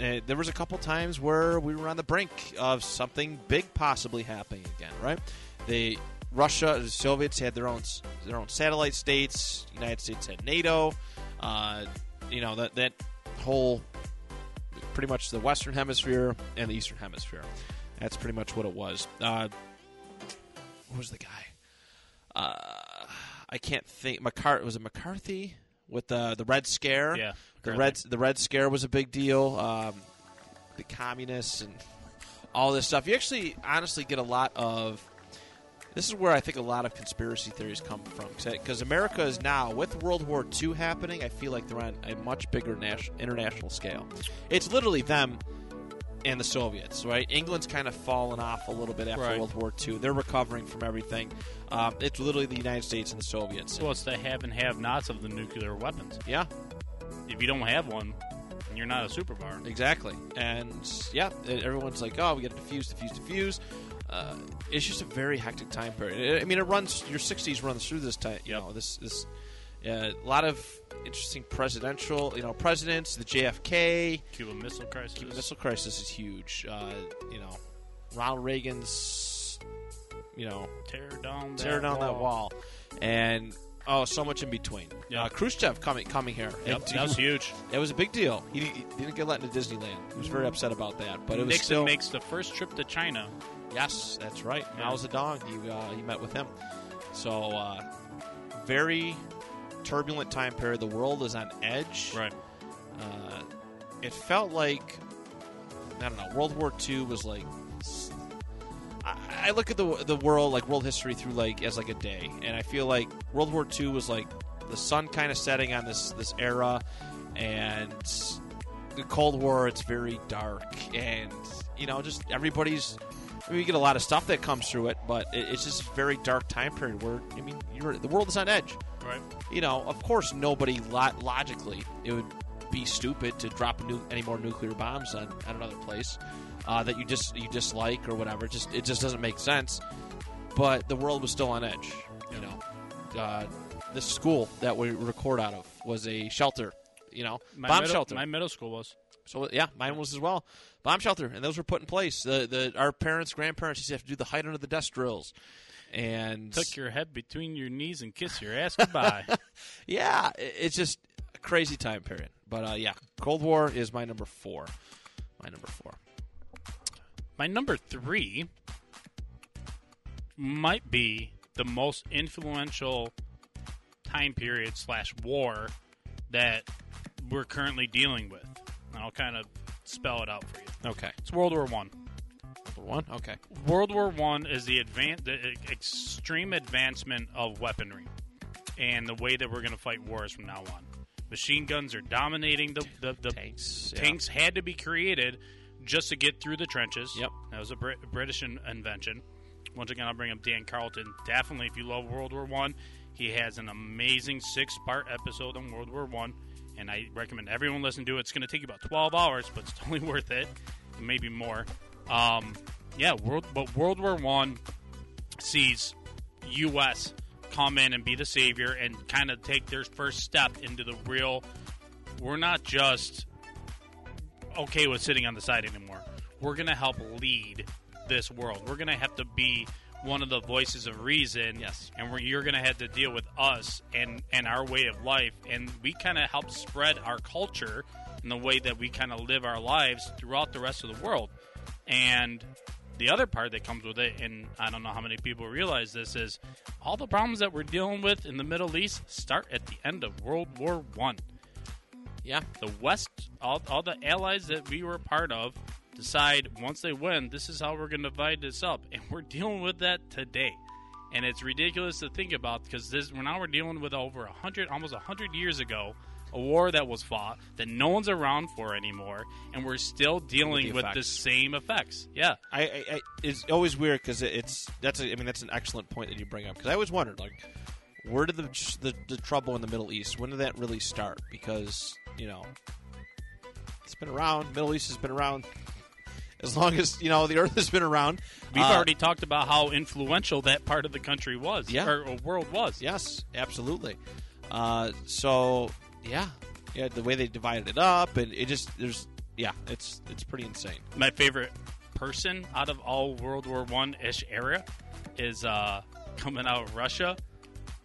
uh, there was a couple times where we were on the brink of something big possibly happening again. Right? They Russia, the Soviets had their own s- their own satellite states. United States had NATO. Uh, you know that that whole pretty much the Western Hemisphere and the Eastern Hemisphere. That's pretty much what it was. Uh, what was the guy? uh, I can't think. McCart was it McCarthy with the the Red Scare?
Yeah,
the Red
McCarthy.
the Red Scare was a big deal. Um, the communists and all this stuff. You actually honestly get a lot of. This is where I think a lot of conspiracy theories come from because America is now with World War II happening. I feel like they're on a much bigger national international scale. It's literally them and the Soviets, right? England's kind of fallen off a little bit after
Right.
World War II. They're recovering from everything. Um, it's literally the United States and the Soviets.
Well, it's the have and have nots of the nuclear weapons.
Yeah,
If you don't have one, you're not a superpower.
exactly. And yeah, e- everyone's like, oh, we got to defuse, defuse, defuse. uh, it's just a very hectic time period. I- I mean, it runs your '60s runs through this time. You know, this this uh, a lot of interesting presidential, you know, presidents, the JFK,
Cuban Missile Crisis.
Cuban Missile Crisis is huge. Uh, you know, Ronald Reagan's, you know,
Tear down.
tear down that wall, and oh, so much in between.
Yeah.
Uh, Khrushchev coming coming here.
Yep, that was huge.
It was a big deal. He, he didn't get let into Disneyland. He was very upset about that. But it was
Nixon
still
makes the first trip to China.
yes, that's right.
Yeah.
Mao Zedong. He uh, he met with him. So uh, very turbulent time period. The world is on edge.
Right.
Uh, it felt like I don't know. World War II was like I, I look at the the world like world history through like as like a day, and I feel like World War II was like the sun kind of setting on this this era, and the Cold War it's very dark, and you know just everybody's. I mean, we get a lot of stuff that comes through it, but it, it's just a very dark time period where I mean, you're, the world is on edge
Right.
you know, of course, nobody lo- logically it would be stupid to drop nu- any more nuclear bombs on, on another place uh, that you just you dislike or whatever. Just it just doesn't make sense. But the world was still on edge. You know, uh, this school that we record out of was a shelter. You know,
My
bomb
middle,
shelter.
My middle school was.
So yeah, mine was as well. Bomb shelter, and those were put in place. The the our parents, grandparents used to have to do the hide under the desk drills, and
Tuck your head between your knees and kiss your ass goodbye.
yeah, i- it's just a crazy time period. But uh, yeah, Cold War is my number four. My number four.
My number three might be the most influential time period slash war that we're currently dealing with. And I'll kind of spell it out for you.
Okay,
It's World War One.
number one. Okay,
World War One is the advan- the e- extreme advancement of weaponry and the way that we're going to fight wars from now on. Machine guns are dominating the the, the
Tanks, yeah.
Tanks had to be created just to get through the trenches.
Yep.
that was a Brit- British in- invention. Once again, I'll bring up Dan Carlton. Definitely, if you love World War One, he has an amazing six-part episode on World War One, and I recommend everyone listen to it. It's going to take you about twelve hours, but it's totally worth it, maybe more. Um, yeah, world, but World War One sees U.S. come in and be the savior and kind of take their first step into the real. We're not just okay with sitting on the side anymore. We're going to help lead this world. We're going to have to be one of the voices of reason.
Yes.
And we're, you're going to have to deal with us and, and our way of life. And we kind of help spread our culture and the way that we kind of live our lives throughout the rest of the world. And the other part that comes with it, and I don't know how many people realize this, is all the problems that we're dealing with in the Middle East start at the end of World War One
yeah,
the West, all, all the allies that we were part of, decide once they win, this is how we're going to divide this up, and we're dealing with that today. And it's ridiculous to think about because this we're now we're dealing with over a hundred, almost a hundred years ago, a war that was fought that no one's around for anymore, and we're still dealing with the
effects.
same effects. Yeah,
I, I, I it's always weird because it, it's that's a, I mean that's an excellent point that you bring up because I always wondered like where did the, just the the trouble in the Middle East when did that really start because you know it's been around Middle East has been around as long as you know the Earth has been around
we've
Uh,
already talked about how influential that part of the country was,
Yeah.
or, or world was.
Yes, absolutely. Uh, so yeah, yeah, the way they divided it up, and it just there's yeah, it's it's pretty insane.
my favorite person out of all World War One ish era is uh, coming out of Russia.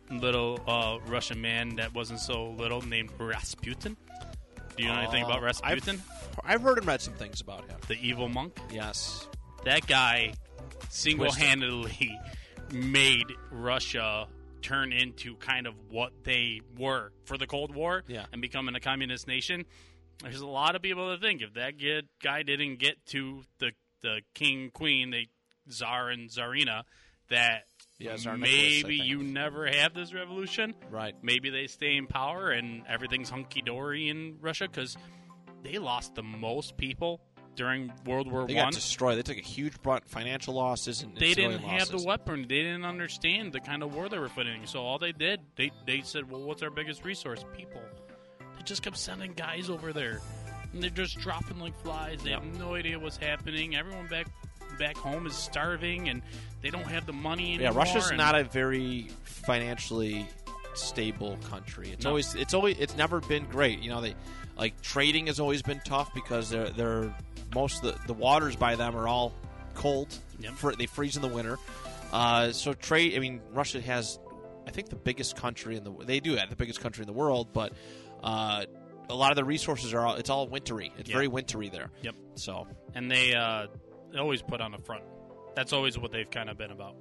Little uh, Russian man that wasn't so little named Rasputin. Do you know anything
Uh,
about
I've-
Rasputin?
I've heard and read some things about him.
The evil monk.
Yes,
That guy single handedly made Russia turn into kind of what they were for the Cold War
Yeah.
and becoming a communist nation. There's a lot of people that think if that get, guy didn't get to the, the king, queen, the czar and czarina, that
Yeah, Tsar Nicholas, I
maybe
think.
you never have this revolution
right.
maybe they stay in power and everything's hunky dory in Russia because they lost the most people during World War
They
One.
got destroyed. They took a huge brunt, financial losses, and and
They
civilian
didn't have the
losses.
weapon. They didn't understand the kind of war they were fighting. So all they did, they they said, "Well, what's our biggest resource? People." They just kept sending guys over there, and they're just dropping like flies. They
Yep.
have no idea what's happening. Everyone back back home is starving and they don't have the money
Yeah,
anymore.
Russia's
and-
not a very financially stable country. It's
No.
always it's always it's never been great. You know, they like trading has always been tough because they're they're most of the, the waters by them are all cold.
Yep.
Fr- they freeze in the winter. Uh, so trade. I mean, Russia has I think the biggest country in the they do have the biggest country in the world, but uh, a lot of the resources are all it's all wintry. It's
Yeah.
very wintry there.
Yep.
So
and they uh, they always put on the front. That's always what they've kind of been about.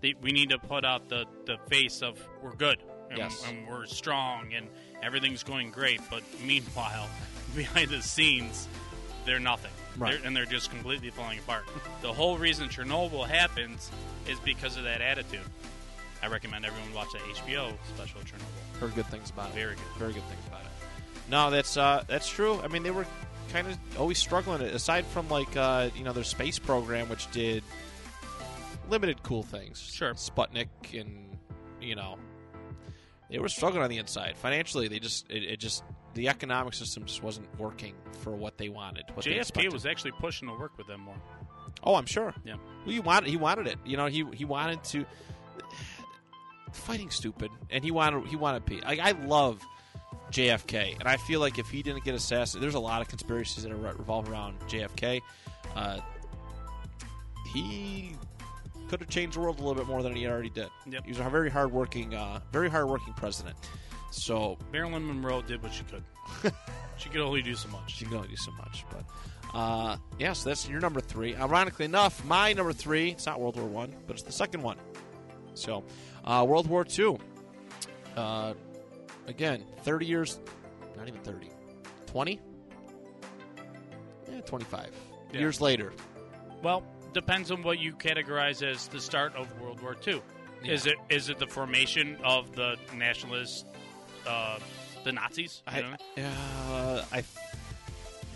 They, we need to put out the, the face of we're good and,
Yes.
and we're strong and everything's going great. But meanwhile, behind the scenes, they're nothing.
Right.
They're, and they're just completely falling apart. The whole reason Chernobyl happens is because of that attitude. I recommend everyone watch that HBO special Chernobyl.
heard good things about it.
Very good.
very good things about it. No, that's uh, that's true. I mean, they were kind of always struggling. Aside from like uh, you know their space program, which did limited cool things,
Sure.
Sputnik, and you know they were struggling on the inside financially. They just it, it just the economic system just wasn't working for what they wanted. What they
JSP
expected.
was actually pushing to work with them more.
Oh, I'm sure.
Yeah.
Well, he wanted he wanted it. You know, he he wanted to fighting stupid, and he wanted he wanted peace. Like I love JFK, and I feel like if he didn't get assassinated, there's a lot of conspiracies that re- revolve around JFK. Uh, he could have changed the world a little bit more than he already did.
Yep.
He was a very hardworking, uh, very hardworking president. So
Marilyn Monroe did what she could. she could only do so much.
she can only do so much. But uh, yeah, so that's your number three. Ironically enough, my number three. It's not World War One, but it's the second one. So uh, World War Two. Uh, again, thirty years, not even thirty. 20? Yeah, 25.
Yeah.
Years later.
Well, depends on what you categorize as the start of World War II.
Yeah.
Is it is it the formation of the nationalist, uh, the Nazis? You
I,
know?
uh, I,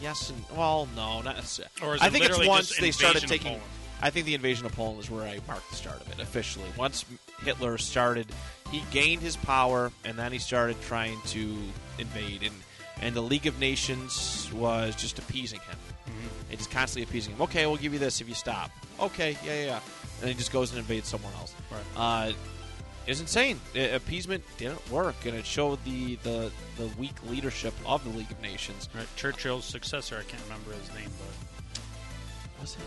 yes and well, no, not necessarily.
Or is
I
it
think it's
literally
once
just
they started
invasion of
taking.
Poland?
I think the invasion of Poland is where I marked the start of it officially. Once Hitler started, he gained his power, and then he started trying to invade, and and the League of Nations was just appeasing him.
Mm-hmm.
It just constantly appeasing him. Okay, we'll give you this if you stop. Okay, yeah, yeah, yeah. And he just goes and invades someone else. Right. Uh, is insane. Uh, appeasement didn't work, and it showed the, the, the weak leadership of the League of Nations.
Right, Churchill's successor, I can't remember his name, but
Was it?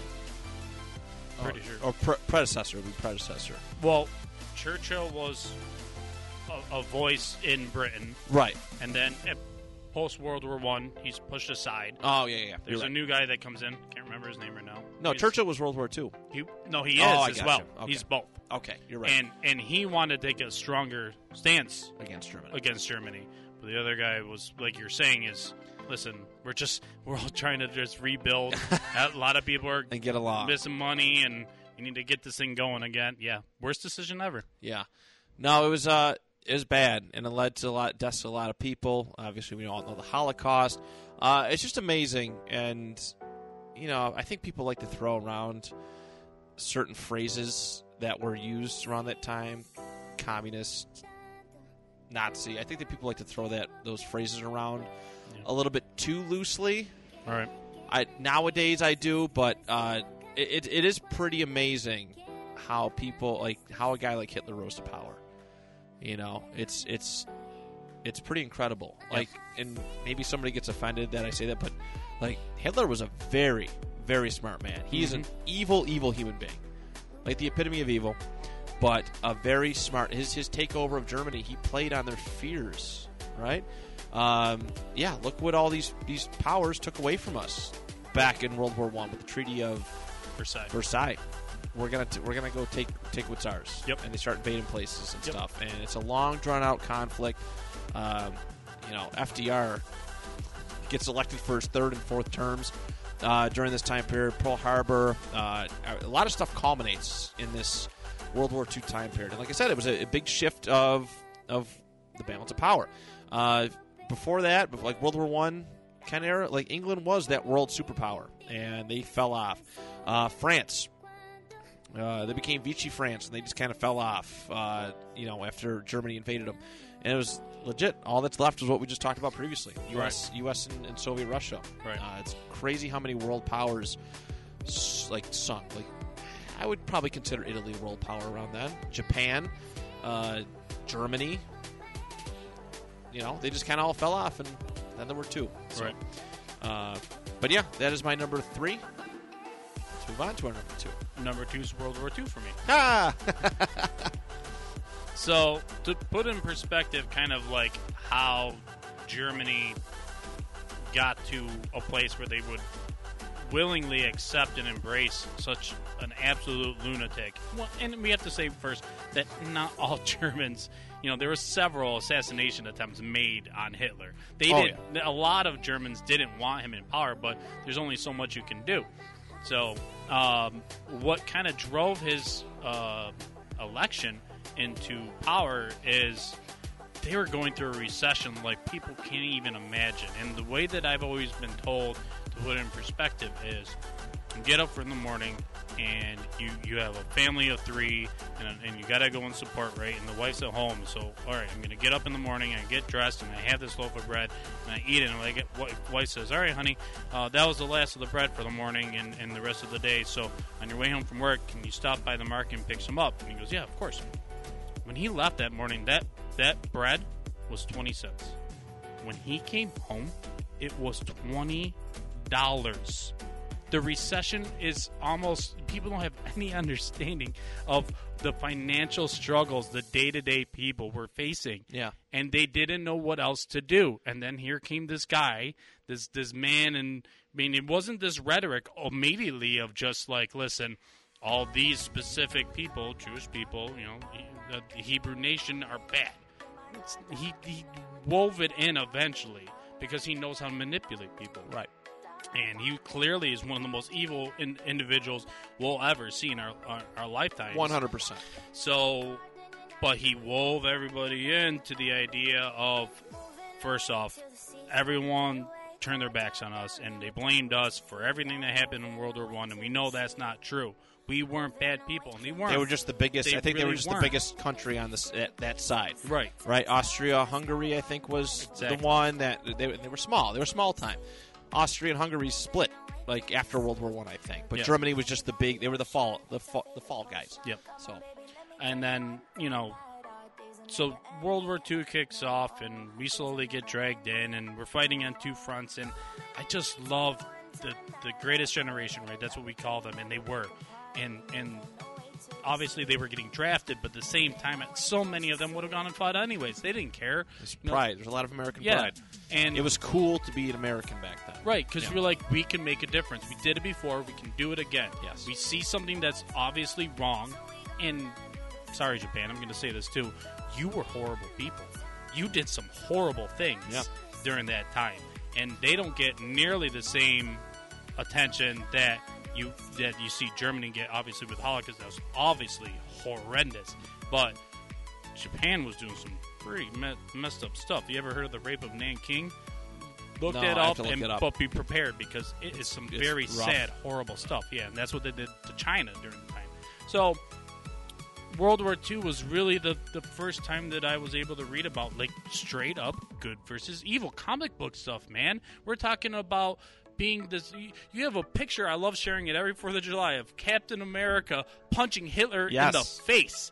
Pretty
or,
sure.
Or Oh, pre- predecessor would be predecessor.
well, Churchill was a, a voice in Britain,
Right.
and then at post World War One, he's pushed aside.
Oh, yeah, yeah. yeah.
There's
You're
a
right.
new guy that comes in. Can't remember his name right now.
no,
He's-
Churchill was World War II.
He, no, he is
Oh, I
as
gotcha.
well.
Okay.
He's both.
Okay, you're right.
And and he wanted to take a stronger stance
Against Germany.
against Germany. But the other guy was like you're saying is listen, we're just we're all trying to just rebuild. a lot of people are
And get along.
missing money and you need to get this thing going again. Yeah. Worst decision ever.
Yeah. No, it was uh it was bad and it led to a lot deaths to a lot of people. Obviously we all know the Holocaust. Uh it's just amazing and you know, I think people like to throw around certain phrases that were used around that time. Communist Nazi. I think that people like to throw that those phrases around a little bit too loosely.
All right.
I nowadays I do, but uh, it, it it is pretty amazing how people like how a guy like Hitler rose to power. You know, it's it's it's pretty incredible. Like, and maybe somebody gets offended that I say that, but like Hitler was a very very smart man. He's an evil evil human being, like the epitome of evil, but a very smart. His his takeover of Germany, he played on their fears, right? Um, yeah, look what all these these powers took away from us back in World War One with the Treaty of
Versailles.
Versailles. We're gonna t- we're gonna go take take what's ours.
Yep.
And they start invading places and
Yep.
stuff, and it's a long drawn out conflict. Um, you know, FDR gets elected for his third and fourth terms uh, during this time period. Pearl Harbor, uh, a lot of stuff culminates in this World War II time period. And like I said, it was a, a big shift of of the balance of power. Uh, before that, bef- like World War One kind of era, like England was that world superpower, and they fell off. Uh, France uh, they became Vichy France, and they just kind of fell off, uh, you know, after Germany invaded them. And it was legit. All that's left is what we just talked about previously: U.S., U.S. and, and Soviet Russia.
Right.
Uh, it's crazy how many world powers s- like sunk. Like I would probably consider Italy world power around then. Japan, uh, Germany. You know, they just kind of all fell off, and then there were two. So,
Right.
Uh, but yeah, that is my number three. Let's move on to our number two.
Number two is World War II for me.
Ah,
So to put in perspective, kind of like how Germany got to a place where they would willingly accept and embrace such an absolute lunatic. Well, and we have to say first that not all Germans, you know, there were several assassination attempts made on Hitler. They
Oh,
didn't. A lot of Germans didn't want him in power, but there's only so much you can do. So, um, what kind of drove his uh, election into power is they were going through a recession like people can't even imagine. And the way that I've always been told to put it in perspective is you get up in the morning and you, you have a family of three and, and you got to go and support, right? And the wife's at home. So, all right, I'm going to get up in the morning and get dressed and I have this loaf of bread and I eat it. And I get, wi- wife says, all right, honey, uh, that was the last of the bread for the morning and, and the rest of the day. So on your way home from work, can you stop by the market and pick some up? And he goes, yeah, of course when he left that morning, that that bread was twenty cents. When he came home, it was twenty dollars. The recession is almost people don't have any understanding of the financial struggles the day to day people were facing.
Yeah.
And they didn't know what else to do. And then here came this guy, this this man and I mean it wasn't this rhetoric immediately of just like, listen, all these specific people, Jewish people, you know, the, the Hebrew nation are bad. It's, he, he wove it in eventually because he knows how to manipulate people.
right.
And he clearly is one of the most evil in, individuals we'll ever see in our, our, our lifetimes.
One hundred percent.
So, but he wove everybody into the idea of first off, everyone turned their backs on us and they blamed us for everything that happened in World War One, and we know that's not true. We weren't bad people, and they weren't.
They were just the biggest.
They
I think they were
really
just
weren't.
the biggest country on this that, that side.
right.
right? Austria, Hungary, I think was
Exactly.
the one that they, they were small. They were small time. Austria and Hungary split like after World War One, I, think. But
Yeah.
Germany was just the big. They were the fall, the fall, the fall guys.
Yep.
So
and then you know so world war ii kicks off and we slowly get dragged in and we're fighting on two fronts and i just love the the greatest generation right that's what we call them and they were and and obviously they were getting drafted but at the same time so many of them would have gone and fought anyways they didn't care You know,
pride. There's a lot of American
yeah
pride.
and
It was cool to be an American back then.
Right, because
Yeah.
you're like, we can make a difference. We did it before. We can do it again.
Yes.
We see something that's obviously wrong. And sorry, Japan, I'm going to say this too. You were horrible people. You did some horrible things
Yeah.
during that time. And they don't get nearly the same attention that you that you see Germany get, obviously, with Holocaust. That was obviously horrendous. But Japan was doing some pretty me- messed up stuff. You ever heard of the rape of Nanking? Look
No,
that
I have
up,
to look
and,
it up.
but be prepared because it is some
It's
very
rough.
sad, horrible stuff. Yeah, and that's what they did to China during the time. So, World War II was really the, the first time that I was able to read about like straight up good versus evil comic book stuff, man. We're talking about being this. you- You have a picture, I love sharing it every 4th of July, of Captain America punching Hitler
Yes.
in the face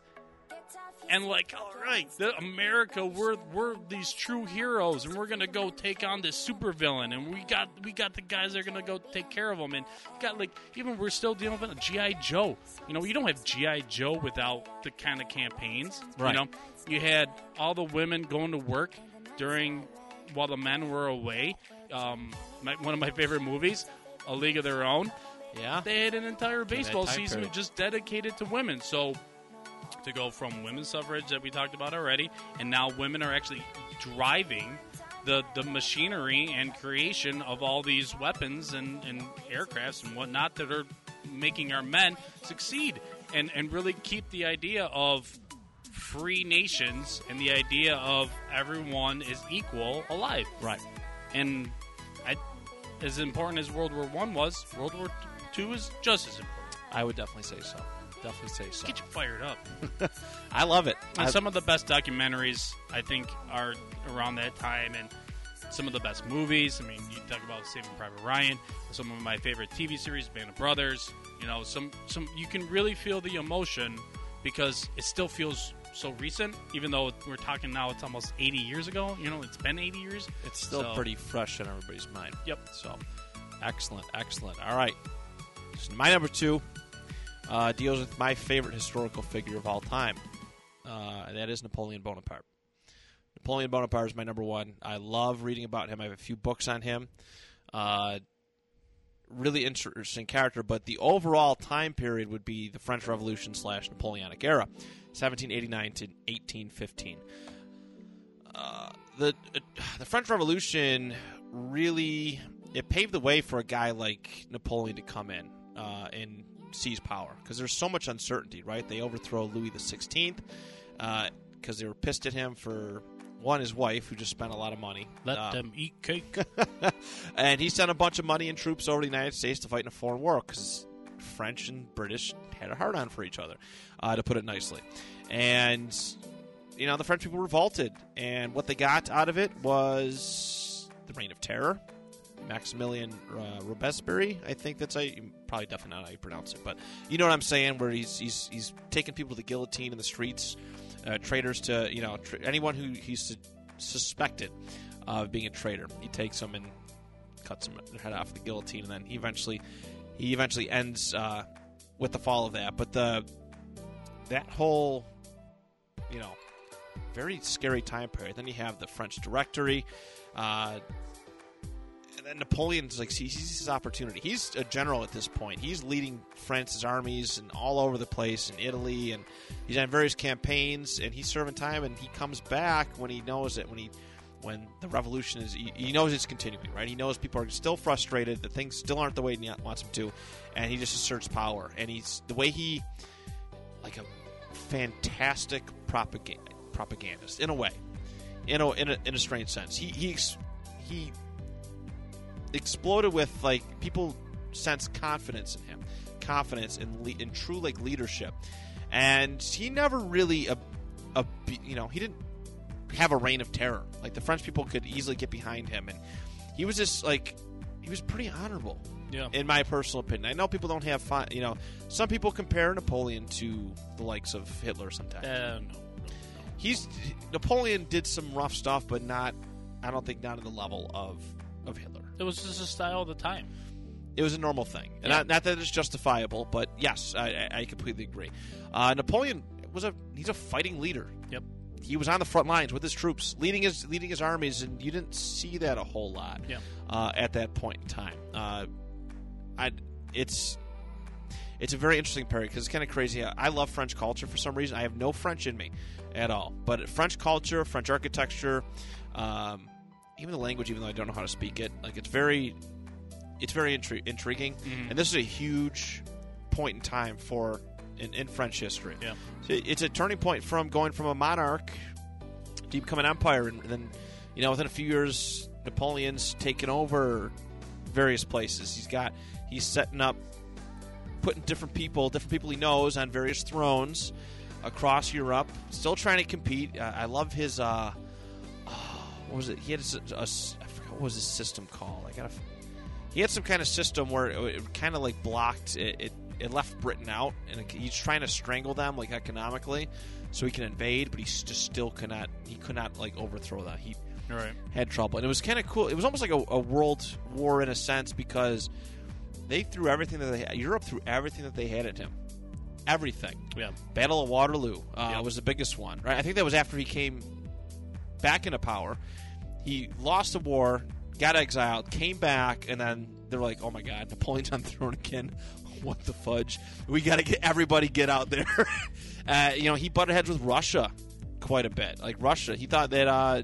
and like, all right, the America, we're we're these true heroes, and we're gonna go take on this supervillain, and we got we got the guys that are gonna go take care of them, and you got like even we're still dealing with a GI Joe. You know, you don't have GI Joe without the kind of campaigns.
Right.
You know, you had all the women going to work during while the men were away. Um, my, one of my favorite movies, A League of Their Own.
Yeah.
They had an entire baseball
time
season
period.
just dedicated to women. So to go from women's suffrage that we talked about already, and now women are actually driving the, the machinery and creation of all these weapons and, and aircrafts and whatnot that are making our men succeed and, and really keep the idea of free nations and the idea of everyone is equal alive.
Right.
And I, as important as World War One was, World War Two is just as important.
I would definitely say so. Definitely say so.
Get you fired up.
I love it.
And
I-
some of the best documentaries I think are around that time, and some of the best movies. I mean, you talk about Saving Private Ryan, some of my favorite TV series, Band of Brothers. You know, some some you can really feel the emotion because it still feels so recent, even though we're talking now. It's almost 80 years ago. You know, it's been 80 years.
It's still
So-
pretty fresh in everybody's mind.
Yep.
So, excellent, excellent. All right. So my number two uh, deals with my favorite historical figure of all time, uh, and that is Napoleon Bonaparte. Napoleon Bonaparte is my number one. I love reading about him. I have a few books on him. Uh, really interesting character, but the overall time period would be the French Revolution slash Napoleonic era, 1789 to 1815 the uh, the French Revolution really it paved the way for a guy like Napoleon to come in uh, and seize power because there's so much uncertainty, right? They overthrow Louis the Sixteenth because they were pissed at him for one his wife who just spent a lot of money.
Let
Uh,
them eat cake.
and he sent a bunch of money and troops over to the United States to fight in a foreign war because French and British had a hard on for each other, uh, to put it nicely. And, you know, the French people revolted. And what they got out of it was the Reign of Terror. Maximilian uh, Robespierre, I think that's how you, probably definitely not how you pronounce it, but you know what I'm saying, where he's he's, he's taking people to the guillotine in the streets, uh, traitors to you know tr anyone who he's su- suspected of being a traitor, he takes them and cuts him their head off with the guillotine, and then he eventually he eventually ends uh, with the fall of that. But the that whole you know very scary time period. Then you have the French Directory. Uh, and then Napoleon's like he sees his opportunity. He's a general at this point. He's leading France's armies and all over the place in Italy, and he's on various campaigns. And he's serving time, and he comes back when he knows it. When he when the revolution is, he, he knows it's continuing, right? He knows people are still frustrated that things still aren't the way he wants them to, and he just asserts power. And he's the way he like a fantastic propaganda propagandist in a way, in a in a, in a strange sense. He he ex- he exploded with like people sense confidence in him, confidence in le- in true like leadership, and he never really a, a you know he didn't have a reign of terror like the French people could easily get behind him, and he was just like he was pretty honorable
Yeah.
in my personal opinion. I know people don't have fun, you know, some people compare Napoleon to the likes of Hitler sometimes.
Uh, no.
He's Napoleon did some rough stuff, but not I don't think not at the level of of Hitler.
It was just a style of the time.
It was a normal thing, and not, not that it's justifiable, but yes, I, I I completely agree. Uh, Napoleon was a he's a fighting leader.
Yep.
He was on the front lines with his troops, leading his leading his armies, and you didn't see that a whole lot
Yeah.
uh, at that point in time. Uh, I it's it's a very interesting period because it's kind of crazy. I, I love French culture for some reason. I have no French in me at all, but French culture, French architecture, um, even the language, even though I don't know how to speak it, like it's very it's very intri- intriguing. And this is a huge point in time for in, in French history.
Yeah.
So it- it's a turning point from going from a monarch to become an empire, and then you know within a few years, Napoleon's taken over various places. He's got he's setting up putting different people, different people he knows, on various thrones across Europe. Still trying to compete. Uh, I love his. Uh, oh, what was it? He had a s- a s- I forgot what was his system called. I gotta. f- He had some kind of system where it, it kind of like blocked it. it it left Britain out, and it, he's trying to strangle them like economically, so he can invade. But he s- just still cannot. He could not like overthrow that. He
All right.
had trouble. And it was kind of cool. It was almost like a, a world war in a sense because they threw everything that they had. Europe threw everything that they had at him. Everything.
Yeah.
Battle of Waterloo uh,
Yep.
was the biggest one, right? I think that was after he came back into power. He lost the war, got exiled, came back, and then they're like, "Oh my God, Napoleon's on the throne again! What the fudge? We got to get everybody get out there." uh, you know, he butted heads with Russia quite a bit. Like Russia, he thought that uh,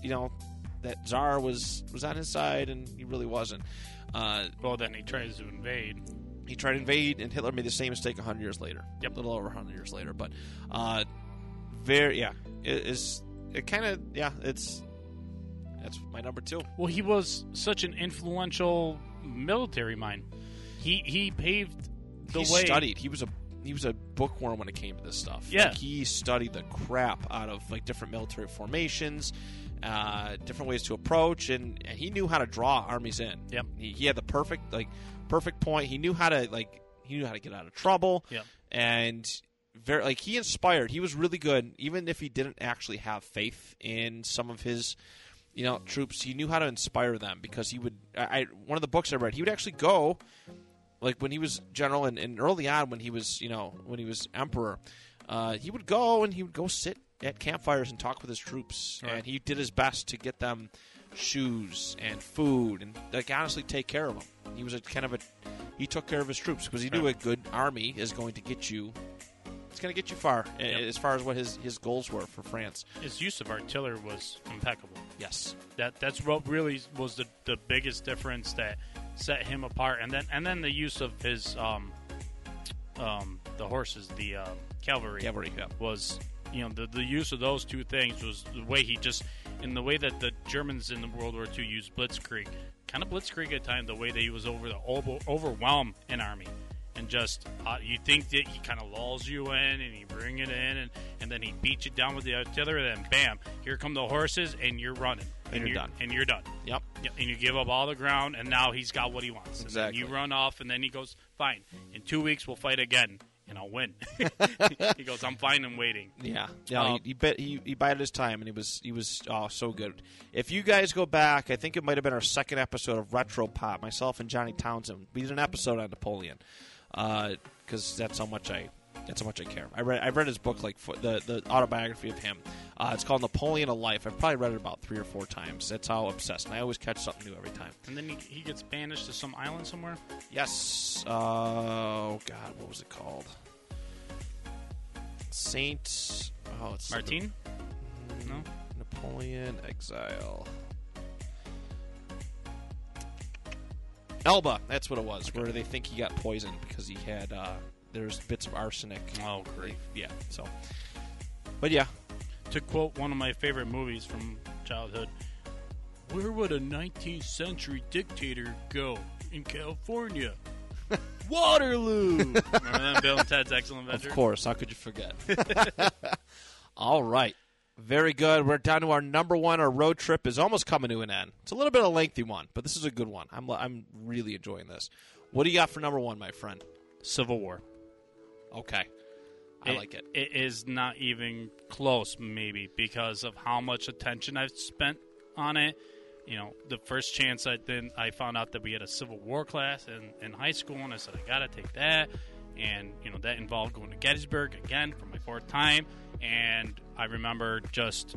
you know that Tsar was was on his side, and he really wasn't. Uh,
Well, then he tries to invade.
he tried to invade, and Hitler made the same mistake 100 years later.
Yep.
A little over 100 years later. But, uh, very, yeah. It, it's, it kind of, yeah, it's, that's my number two.
Well, he was such an influential military mind. He he paved the
he
way.
studied. He was a, he was a bookworm when it came to this stuff.
Yeah.
Like, he studied the crap out of, like, different military formations, uh, different ways to approach, and, and he knew how to draw armies in.
Yep.
He, he had the perfect like perfect point. He knew how to like he knew how to get out of trouble.
Yep.
And very like he inspired. He was really good, even if he didn't actually have faith in some of his you know troops. He knew how to inspire them because he would. I, I one of the books I read, he would actually go like when he was general and, and early on when he was you know when he was emperor uh, he would go and he would go sit at campfires and talk with his troops and he did his best to get them shoes and food and like honestly take care of them he was a kind of a he took care of his troops because he knew a good army is going to get you it's going to get you far a-
Yep.
as far as what his, his goals were for france
His use of artillery was impeccable.
yes
That that's what really was the, the biggest difference that set him apart, and then and then the use of his um, um, the horses, the uh, cavalry,
cavalry yeah.
was you know the, the use of those two things was the way he just in the way that the Germans in the World War II used blitzkrieg, kind of blitzkrieg at times, the way that he was over the over, overwhelm an army. And just uh, you think that he kind of lulls you in, and he bring it in, and, and then he beats you down with the artillery, and then bam, here come the horses, and you're running,
And you're done.
and you're done.
yep
Yeah, and you give up all the ground, and now he's got what he wants. And then
Exactly.
you run off, and then he goes, "Fine, in two weeks we'll fight again, and I'll win." he goes, "I'm fine and waiting."
Yeah, yeah.
Um,
he, he bit he, he bided his time, and he was he was oh, so good. If you guys go back, I think it might have been our second episode of Retro Pop. Myself and Johnny Townsend, we did an episode on Napoleon because that's how much I that's how much I care. I read I read his book like for, the the autobiography of him. Uh, it's called Napoleon: A Life. I've probably read it about three or four times. That's how obsessed, and I always catch something new every time.
And then he, he gets banished to some island somewhere.
Yes. Uh, oh God, what was it called? Saint. Oh, it's something-
Martine? No,
Napoleon Exile. Elba, that's what it was, where they think he got poisoned because he had uh, there's bits of arsenic.
Oh, grief.
Yeah, so. But yeah,
to quote one of my favorite movies from childhood, "Where would a 19th century dictator go in California?" Waterloo. Remember that Bill and Ted's Excellent Adventure?
Of course, how could you forget? All right. Very good. We're down to our number one. Our road trip is almost coming to an end. It's a little bit of a lengthy one, but this is a good one. I'm, I'm really enjoying this. What do you got for number one, my friend?
Civil War.
Okay. I like it.
It is not even close, maybe, because of how much attention I've spent on it. You know, the first chance I then I found out that we had a Civil War class in, in high school, and I said I gotta take that. And you know that involved going to Gettysburg again for my fourth time. And I remember just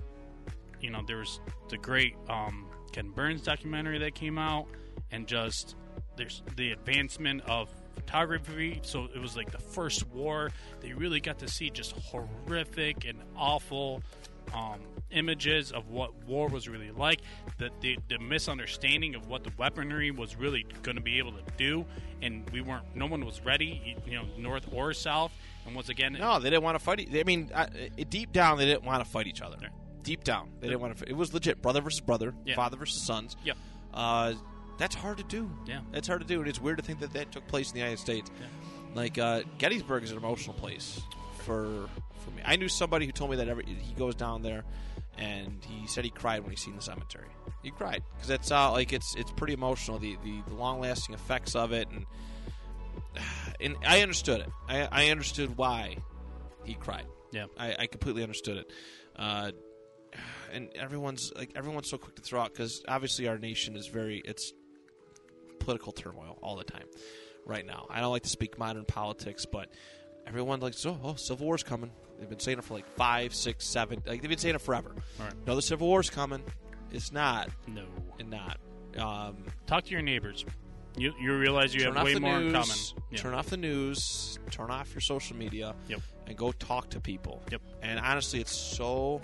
you know there was the great um, Ken Burns documentary that came out, and just there's the advancement of photography. So it was like the first war they really got to see just horrific and awful um, images of what war was really like. The, the the misunderstanding of what the weaponry was really going to be able to do, and we weren't. No one was ready, you know, north or south. And once again,
No, they didn't want to fight. e- I mean, I, I- deep down, they didn't want to fight each other.
Right.
Deep down, they didn't want to. It was legit brother versus brother,
Yeah.
father versus sons.
Yep.
Uh, that's hard to do.
Yeah.
That's hard to do, and it's weird to think that that took place in the United States. Like uh, Gettysburg is an emotional place for for me. I knew somebody who told me that every he goes down there, and he said he cried when he seen the cemetery. He cried because that's uh, like it's it's pretty emotional. The the, the long lasting effects of it, and and I understood it. I, I understood why he cried.
yeah,
I, I completely understood it. Uh, and everyone's like everyone's so quick to throw out because obviously our nation is very it's political turmoil all the time right now. I don't like to speak modern politics, but everyone like oh, oh civil war's coming. They've been saying it for like five, six, seven. Like they've been saying it forever.
Right.
No, the civil war's coming. It's not.
no.
And not. Um,
Talk to your neighbors. You, you realize you
turn
have
off
way
the
more
news,
in common. Yeah.
Turn off the news. Turn off your social media.
Yep.
And go talk to people.
Yep.
And honestly, it's so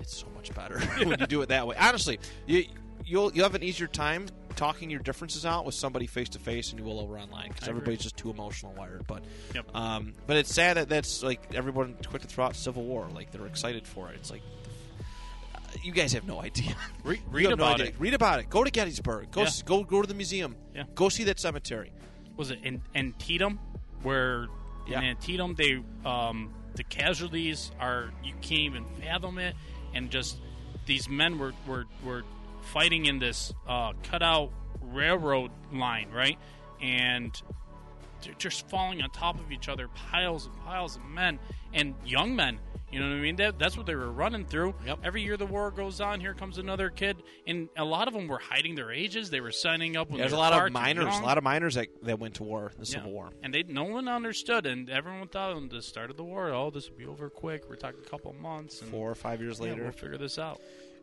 it's so much better when you do it that way. Honestly, you you'll you have an easier time talking your differences out with somebody face to face than you will over online because
I agree.
everybody's just too emotional wired. But
Yep.
um, but it's sad that that's like everyone quick to throw out Civil War. Like they're excited for it. It's like. uh, You guys have no idea.
Re-
You
read
have no
about
idea.
it.
Read about it. Go to Gettysburg. Go
Yeah.
s- go go to the museum.
Yeah.
Go see that cemetery.
was it in Antietam, where
Yeah.
in Antietam they um, the casualties are you can't even fathom it, and just these men were were, were fighting in this uh, cutout railroad line, right? And they're just falling on top of each other, piles and piles of men and young men. You know what I mean? That, that's what they were running through.
Yep.
Every year the war goes on, here comes another kid, and a lot of them were hiding their ages. They were signing up when
There's
they
a
were
lot of
parked and
miners, a
young.
lot of miners that, that went to war, in the
Yeah.
Civil War.
and they no one understood, and everyone thought on the start of the war, oh, this will be over quick. We're talking a couple months, and
Four or five years
yeah,
later,
we'll figure this out.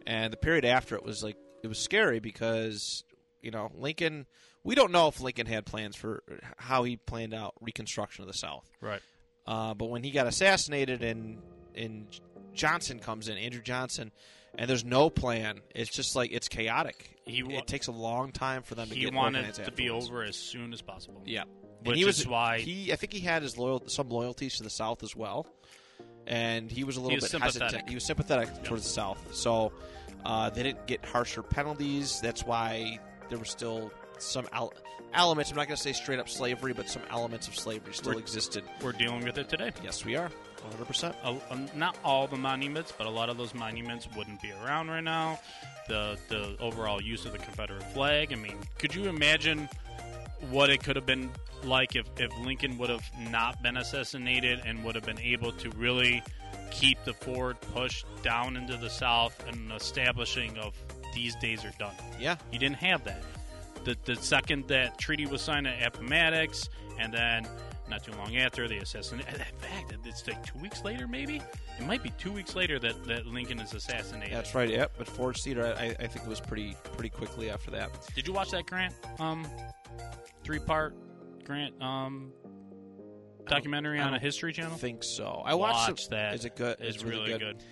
and the period after it was like it was scary because you know Lincoln. We don't know if Lincoln had plans for how he planned out Reconstruction of the South.
Right.
Uh, but when he got assassinated and and Johnson comes in, Andrew Johnson, and there's no plan. It's just like it's chaotic.
He wa-
it takes a long time for them to
He
get
wanted
organized
to be
afterwards.
over as soon as possible.
Yeah,
Which
and he was
is why-
he. I think he had his loyal some loyalties to the South as well, and he was a little
was
bit
sympathetic.
hesitant. He was sympathetic towards the South, so uh, they didn't get harsher penalties. That's why there were still some el- elements. I'm not going to say straight up slavery, but some elements of slavery still
We're-
existed.
We're dealing with it today.
Yes, we are 100. percent
a, um, not all the monuments, but a lot of those monuments wouldn't be around right now. The the overall use of the Confederate flag. I mean, could you imagine what it could have been like if, if Lincoln would have not been assassinated and would have been able to really keep the forward push down into the South and establishing of these days are done.
Yeah,
You didn't have that. The, the second that treaty was signed at Appomattox, and then not too long after, they assassinated. In fact, it's like two weeks later, maybe? It might be two weeks later that, that Lincoln is assassinated.
that's right. Yep, but Ford Cedar, I, I think it was pretty pretty quickly after that.
Did you watch that Grant um, three part Grant um, documentary
I
on a
don't
History
I
Channel?
think so. I watched
Watch
it.
that.
Is it good?
It's,
really, good.
good.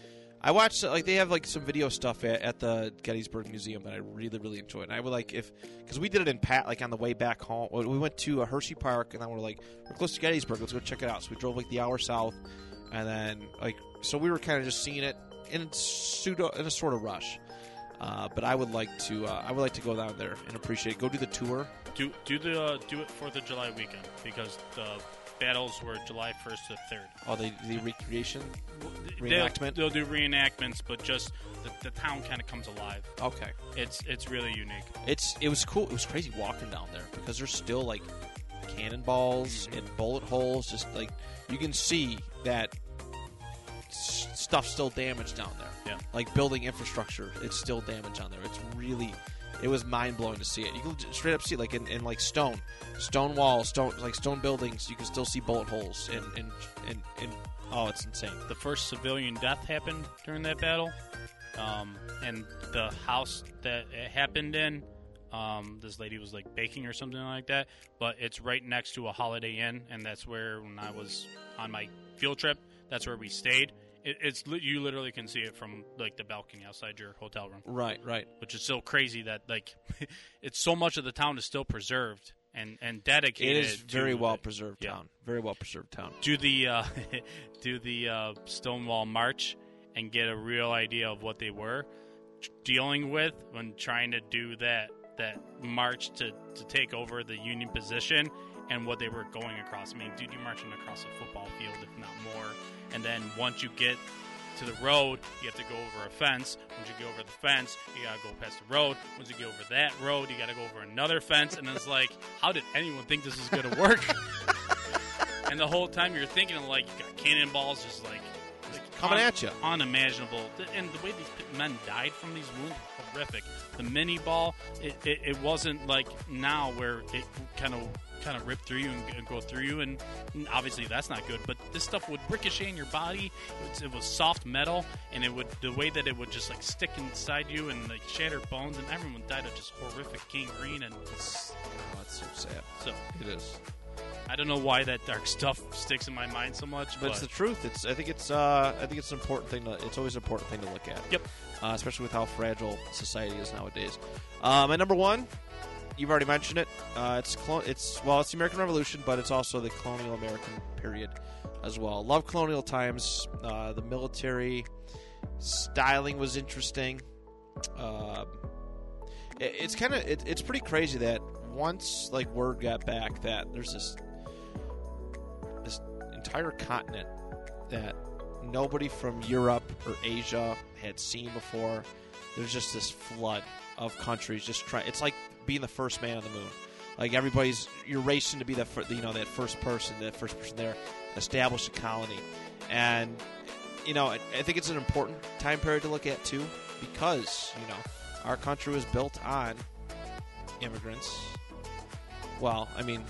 I watched uh, like they have like some video stuff at, at the Gettysburg Museum that I really really enjoyed. And I would like if because we did it in Pat like on the way back home. Well, We went to uh, Hershey Park and then we're like we're close to Gettysburg. Let's go check it out. So we drove like the hour south, and then like so we were kind of just seeing it in pseudo in a sort of rush. Uh, but I would like to uh, I would like to go down there and appreciate. Go do the tour.
Do, do, the, uh, do it Fourth of July weekend because the battles were July 1st to 3rd.
Oh, the the recreation.
They'll-
Reenactment?
They'll, do reenactments, but just the, the town kind of comes alive.
Okay.
It's it's really unique.
It's it was cool. It was crazy walking down there because there's still like cannonballs and bullet holes. Just like you can see that s- stuff still damaged down there.
Yeah.
Like building infrastructure, it's still damaged on there. It's really, it was mind blowing to see it. You can j- straight up see like in, in like stone, stone walls, stone like stone buildings. You can still see bullet holes and and and, and oh, it's insane.
The first civilian death happened during that battle, um, and the house that it happened in, um, this lady was like baking or something like that. But it's right next to a Holiday Inn, and that's where when I was on my field trip, that's where we stayed. It, it's li- you literally can see it from like the balcony outside your hotel room.
Right, right.
which is so crazy that like it's so much of the town is still preserved and and dedicated.
It is
to
very
the-
well preserved
yeah.
town. Very well preserved town.
Do the uh, do the uh, Stonewall March and get a real idea of what they were dealing with when trying to do that that march to to take over the Union position and what they were going across. I mean, dude, you're marching across a football field, if not more. And then once you get to the road, you have to go over a fence. Once you get over the fence, you gotta go past the road. Once you get over that road, you gotta go over another fence. And it's like, how did anyone think this was gonna work? and the whole time you're thinking of like, you got cannonballs just like, like
Coming at ya.
unimaginable. Th- And the way these men died from these wounds was horrific. The mini ball, it, it, it wasn't like now where it kind of kind of ripped through you and, g- go through you, and and obviously that's not good. But this stuff would ricochet in your body. It was, it was soft metal, and it would the way that it would just like stick inside you and like shatter bones. And everyone died of just horrific gangrene. And
It's, oh, it's so sad.
so
It is.
I don't know why that dark stuff sticks in my mind so much,
But
but,
it's the truth. It's I think it's uh, I think it's an important thing. To, it's always an important thing to look at.
Yep.
Uh, especially with how fragile society is nowadays. Um, and number one, you've already mentioned it. Uh, it's clo- it's well, it's the American Revolution, but it's also the colonial American period as well. Love colonial times. Uh, the military styling was interesting. Um, it, it's kind of it, it's pretty crazy that once like word got back that there's this this entire continent that nobody from Europe or Asia had seen before. there's just this flood of countries just trying. It's like being the first man on the moon. Like everybody's, you're racing to be that, fir- you know, that first person, that first person there, establish a colony, and you know, I, I think it's an important time period to look at too, because you know, our country was built on immigrants. Well, I mean,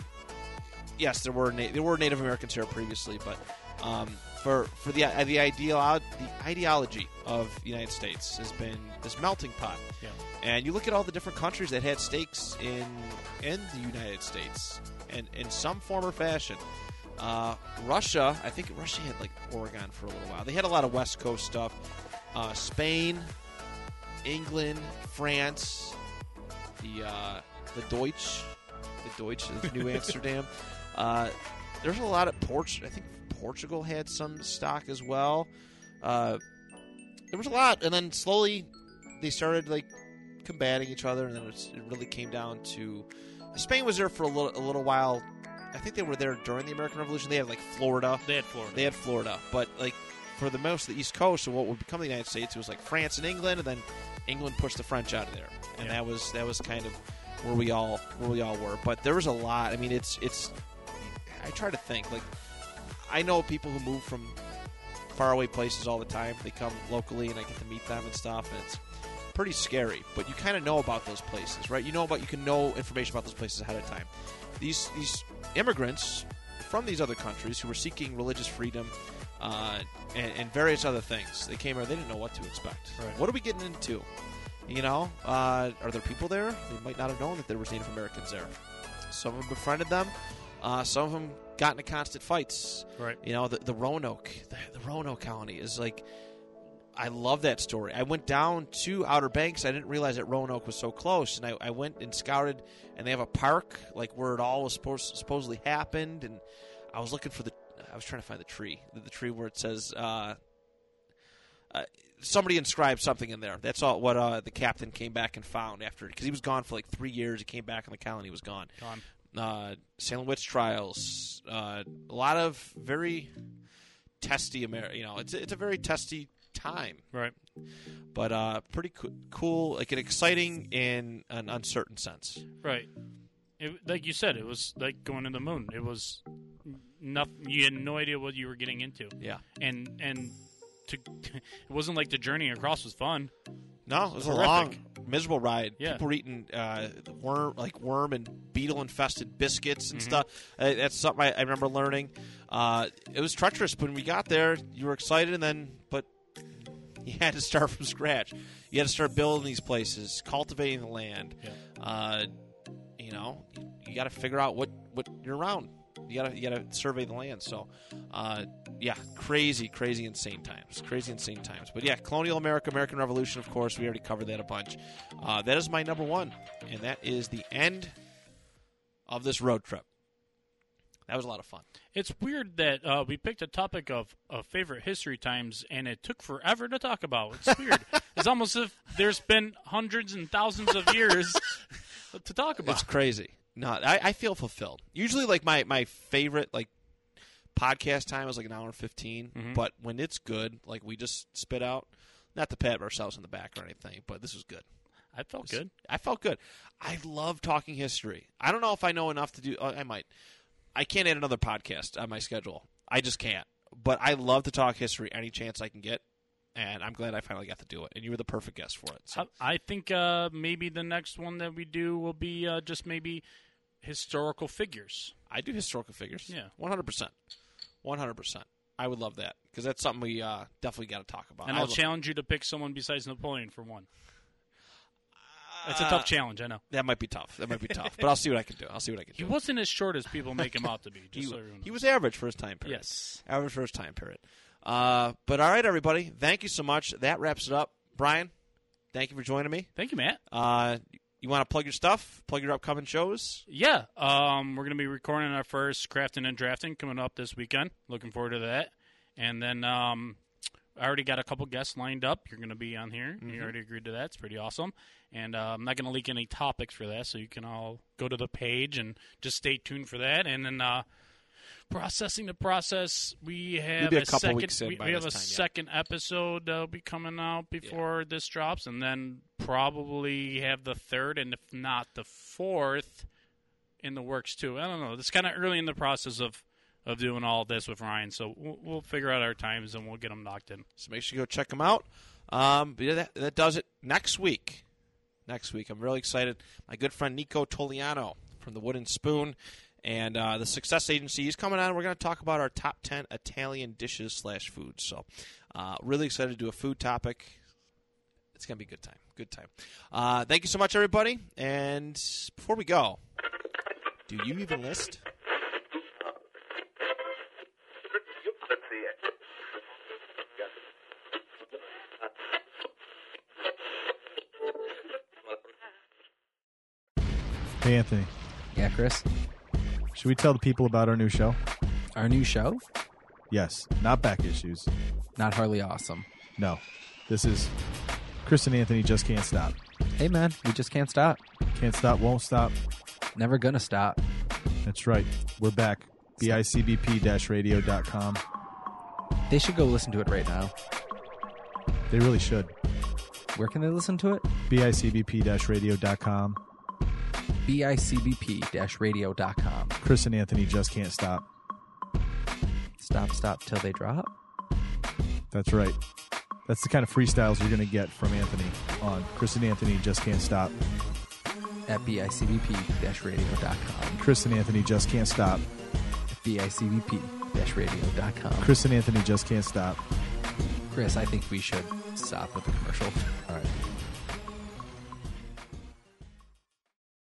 yes, there were na- there were Native Americans here previously, but um, for for the uh, the ideal the ideology of the United States has been this melting pot.
Yeah.
And you look at all the different countries that had stakes in in the United States, and in some form or fashion. Uh, Russia, I think Russia had like Oregon for a little while. They had a lot of West Coast stuff. Uh, Spain, England, France, the uh, the Deutsch, the Deutsch of New Amsterdam. Uh, there's a lot of Port. I think Portugal had some stock as well. Uh, there was a lot, and then slowly they started like combating each other, and then it, was- it really came down to Spain was there for a little a little while. I think they were there during the American Revolution. They had like Florida.
They had Florida.
They had Florida, but like for the most of the East Coast, of what would become the United States, it was like France and England, and then England pushed the French out of there, and
Yeah.
that was that was kind of where we all where we all were. But there was a lot. I mean, it's it's. I try to think like I know people who move from faraway places all the time. They come locally, and I get to meet them and stuff, and it's pretty scary. But you kind of know about those places, right? You know about you can know information about those places ahead of time. These these immigrants from these other countries who were seeking religious freedom uh, and, and various other things, they came here. They didn't know what to expect.
Right.
What are we getting into? You know, uh, are there people there? They might not have known that there was Native Americans there. Some of them befriended them. Uh, some of them got into constant fights.
Right.
You know, the, the Roanoke, the, the Roanoke Colony is like, I love that story. I went down to Outer Banks. I didn't realize that Roanoke was so close, and I, I went and scouted, and they have a park like where it all was supposed supposedly happened. And I was looking for the, I was trying to find the tree, the, the tree where it says. Uh, uh, Somebody inscribed something in there. That's all what uh, the captain came back and found after, because he was gone for like three years. He came back, and the colony was gone
Gone.
uh, Salem witch trials, uh, a lot of very testy America. You know, it's it's a very testy time,
Right.
but uh, pretty coo- cool, like an exciting in an uncertain sense.
Right. It, like you said, it was like going to the moon. It was nothing. You had no idea what you were getting into,
Yeah,
and and to it wasn't like the journey across was fun.
no, it was a
Horrific.
long, miserable ride.
Yeah.
People were eating uh, worm, like worm and beetle infested biscuits
Mm-hmm.
and stuff. Uh, that's something I, I remember learning. Uh, it was treacherous, but when we got there, you were excited, and then but you had to start from scratch. You had to start building these places, cultivating the land. Uh, you know, you got to figure out what what you're around. You gotta you gotta survey the land. So, uh, yeah, crazy, crazy, insane times, crazy, insane times. But yeah, colonial America, American Revolution, of course, we already covered that a bunch. Uh, that is my number one, and that is the end of this road trip. That was a lot of fun.
It's weird that uh, we picked a topic of, of favorite history times, and it took forever to talk about. It's weird. it's almost if there's been hundreds and thousands of years to talk about.
It's crazy. No, I, I feel fulfilled. Usually, like my my favorite like podcast time is like an hour and 15 But when it's good, like we just spit out. Not to pat ourselves on the back or anything, but this was good.
I felt good.
I felt good. I love talking history. I don't know if I know enough to do. uh, I I might. I can't add another podcast on my schedule. I just can't. But I love to talk history any chance I can get, and I'm glad I finally got to do it. And you were the perfect guest for it. So.
I, I think uh, maybe the next one that we do will be uh, just maybe historical figures.
I do historical figures.
Yeah.
one hundred percent, one hundred percent. I would love that because that's something we uh, definitely got to talk about.
And
I
I'll
love-
challenge you to pick someone besides Napoleon for one. It's
Uh,
a tough challenge, I know.
That might be tough. That might be tough. But I'll see what I can do. I'll see what I can
He
do.
wasn't as short as people make him out to be. Just
He,
so everyone
he
knows.
was average for his time period.
Yes.
average for his time period. Uh, but all right, everybody. Thank you so much. That wraps it up. Brian, thank you for joining me.
Thank you, Matt.
Uh, you want to plug your stuff? Plug your upcoming shows?
Yeah, um, we're gonna be recording our first crafting and drafting coming up this weekend. Looking forward to that. And then um, I already got a couple guests lined up. You're gonna be on here. You
Mm-hmm.
already agreed to that. It's pretty awesome. And uh, I'm not gonna leak any topics for that, so you can all go to the page and just stay tuned for that. And then uh, processing the process. We have
be a
a,
couple
second.
weeks in
we,
by
we have a
this time, yeah.
second episode that'll be coming out before this drops, and then probably have the third, and if not the fourth, in the works too. I don't know. It's kind of early in the process of of doing all this with Ryan, so we'll, we'll figure out our times and we'll get them knocked in.
So make sure you go check them out. Um, but yeah, that, that does it. Next week, next week, I'm really excited. My good friend Nico Toliano from the Wooden Spoon and uh, the Success Agency, he's coming on. We're going to talk about our top ten Italian dishes slash foods. So, uh, really excited to do a food topic. It's going to be a good time. Good time. Uh, thank you so much, everybody. And before we go, do you even list?
Hey, Anthony,
Yeah, Chris.
should we tell the people about our new show?
Our new show,
Yes, not back issues.
not hardly awesome.
No, this is Chris and Anthony just can't stop.
Hey, man, we just can't stop.
Can't stop, won't stop.
Never gonna stop.
That's right. We're back. BICBP radio.com.
They should go listen to it right now.
They really should.
Where can they listen to it?
BICBP radio.com.
bicbp radio.com.
Chris and Anthony just can't stop.
Stop, stop till they drop.
That's right. That's the kind of freestyles you're going to get from Anthony on Chris and Anthony just can't stop.
At bicbp radio.com.
Chris and Anthony just can't stop.
bicbp radio.com.
Chris and Anthony just can't stop.
Chris, I think we should stop with the commercial.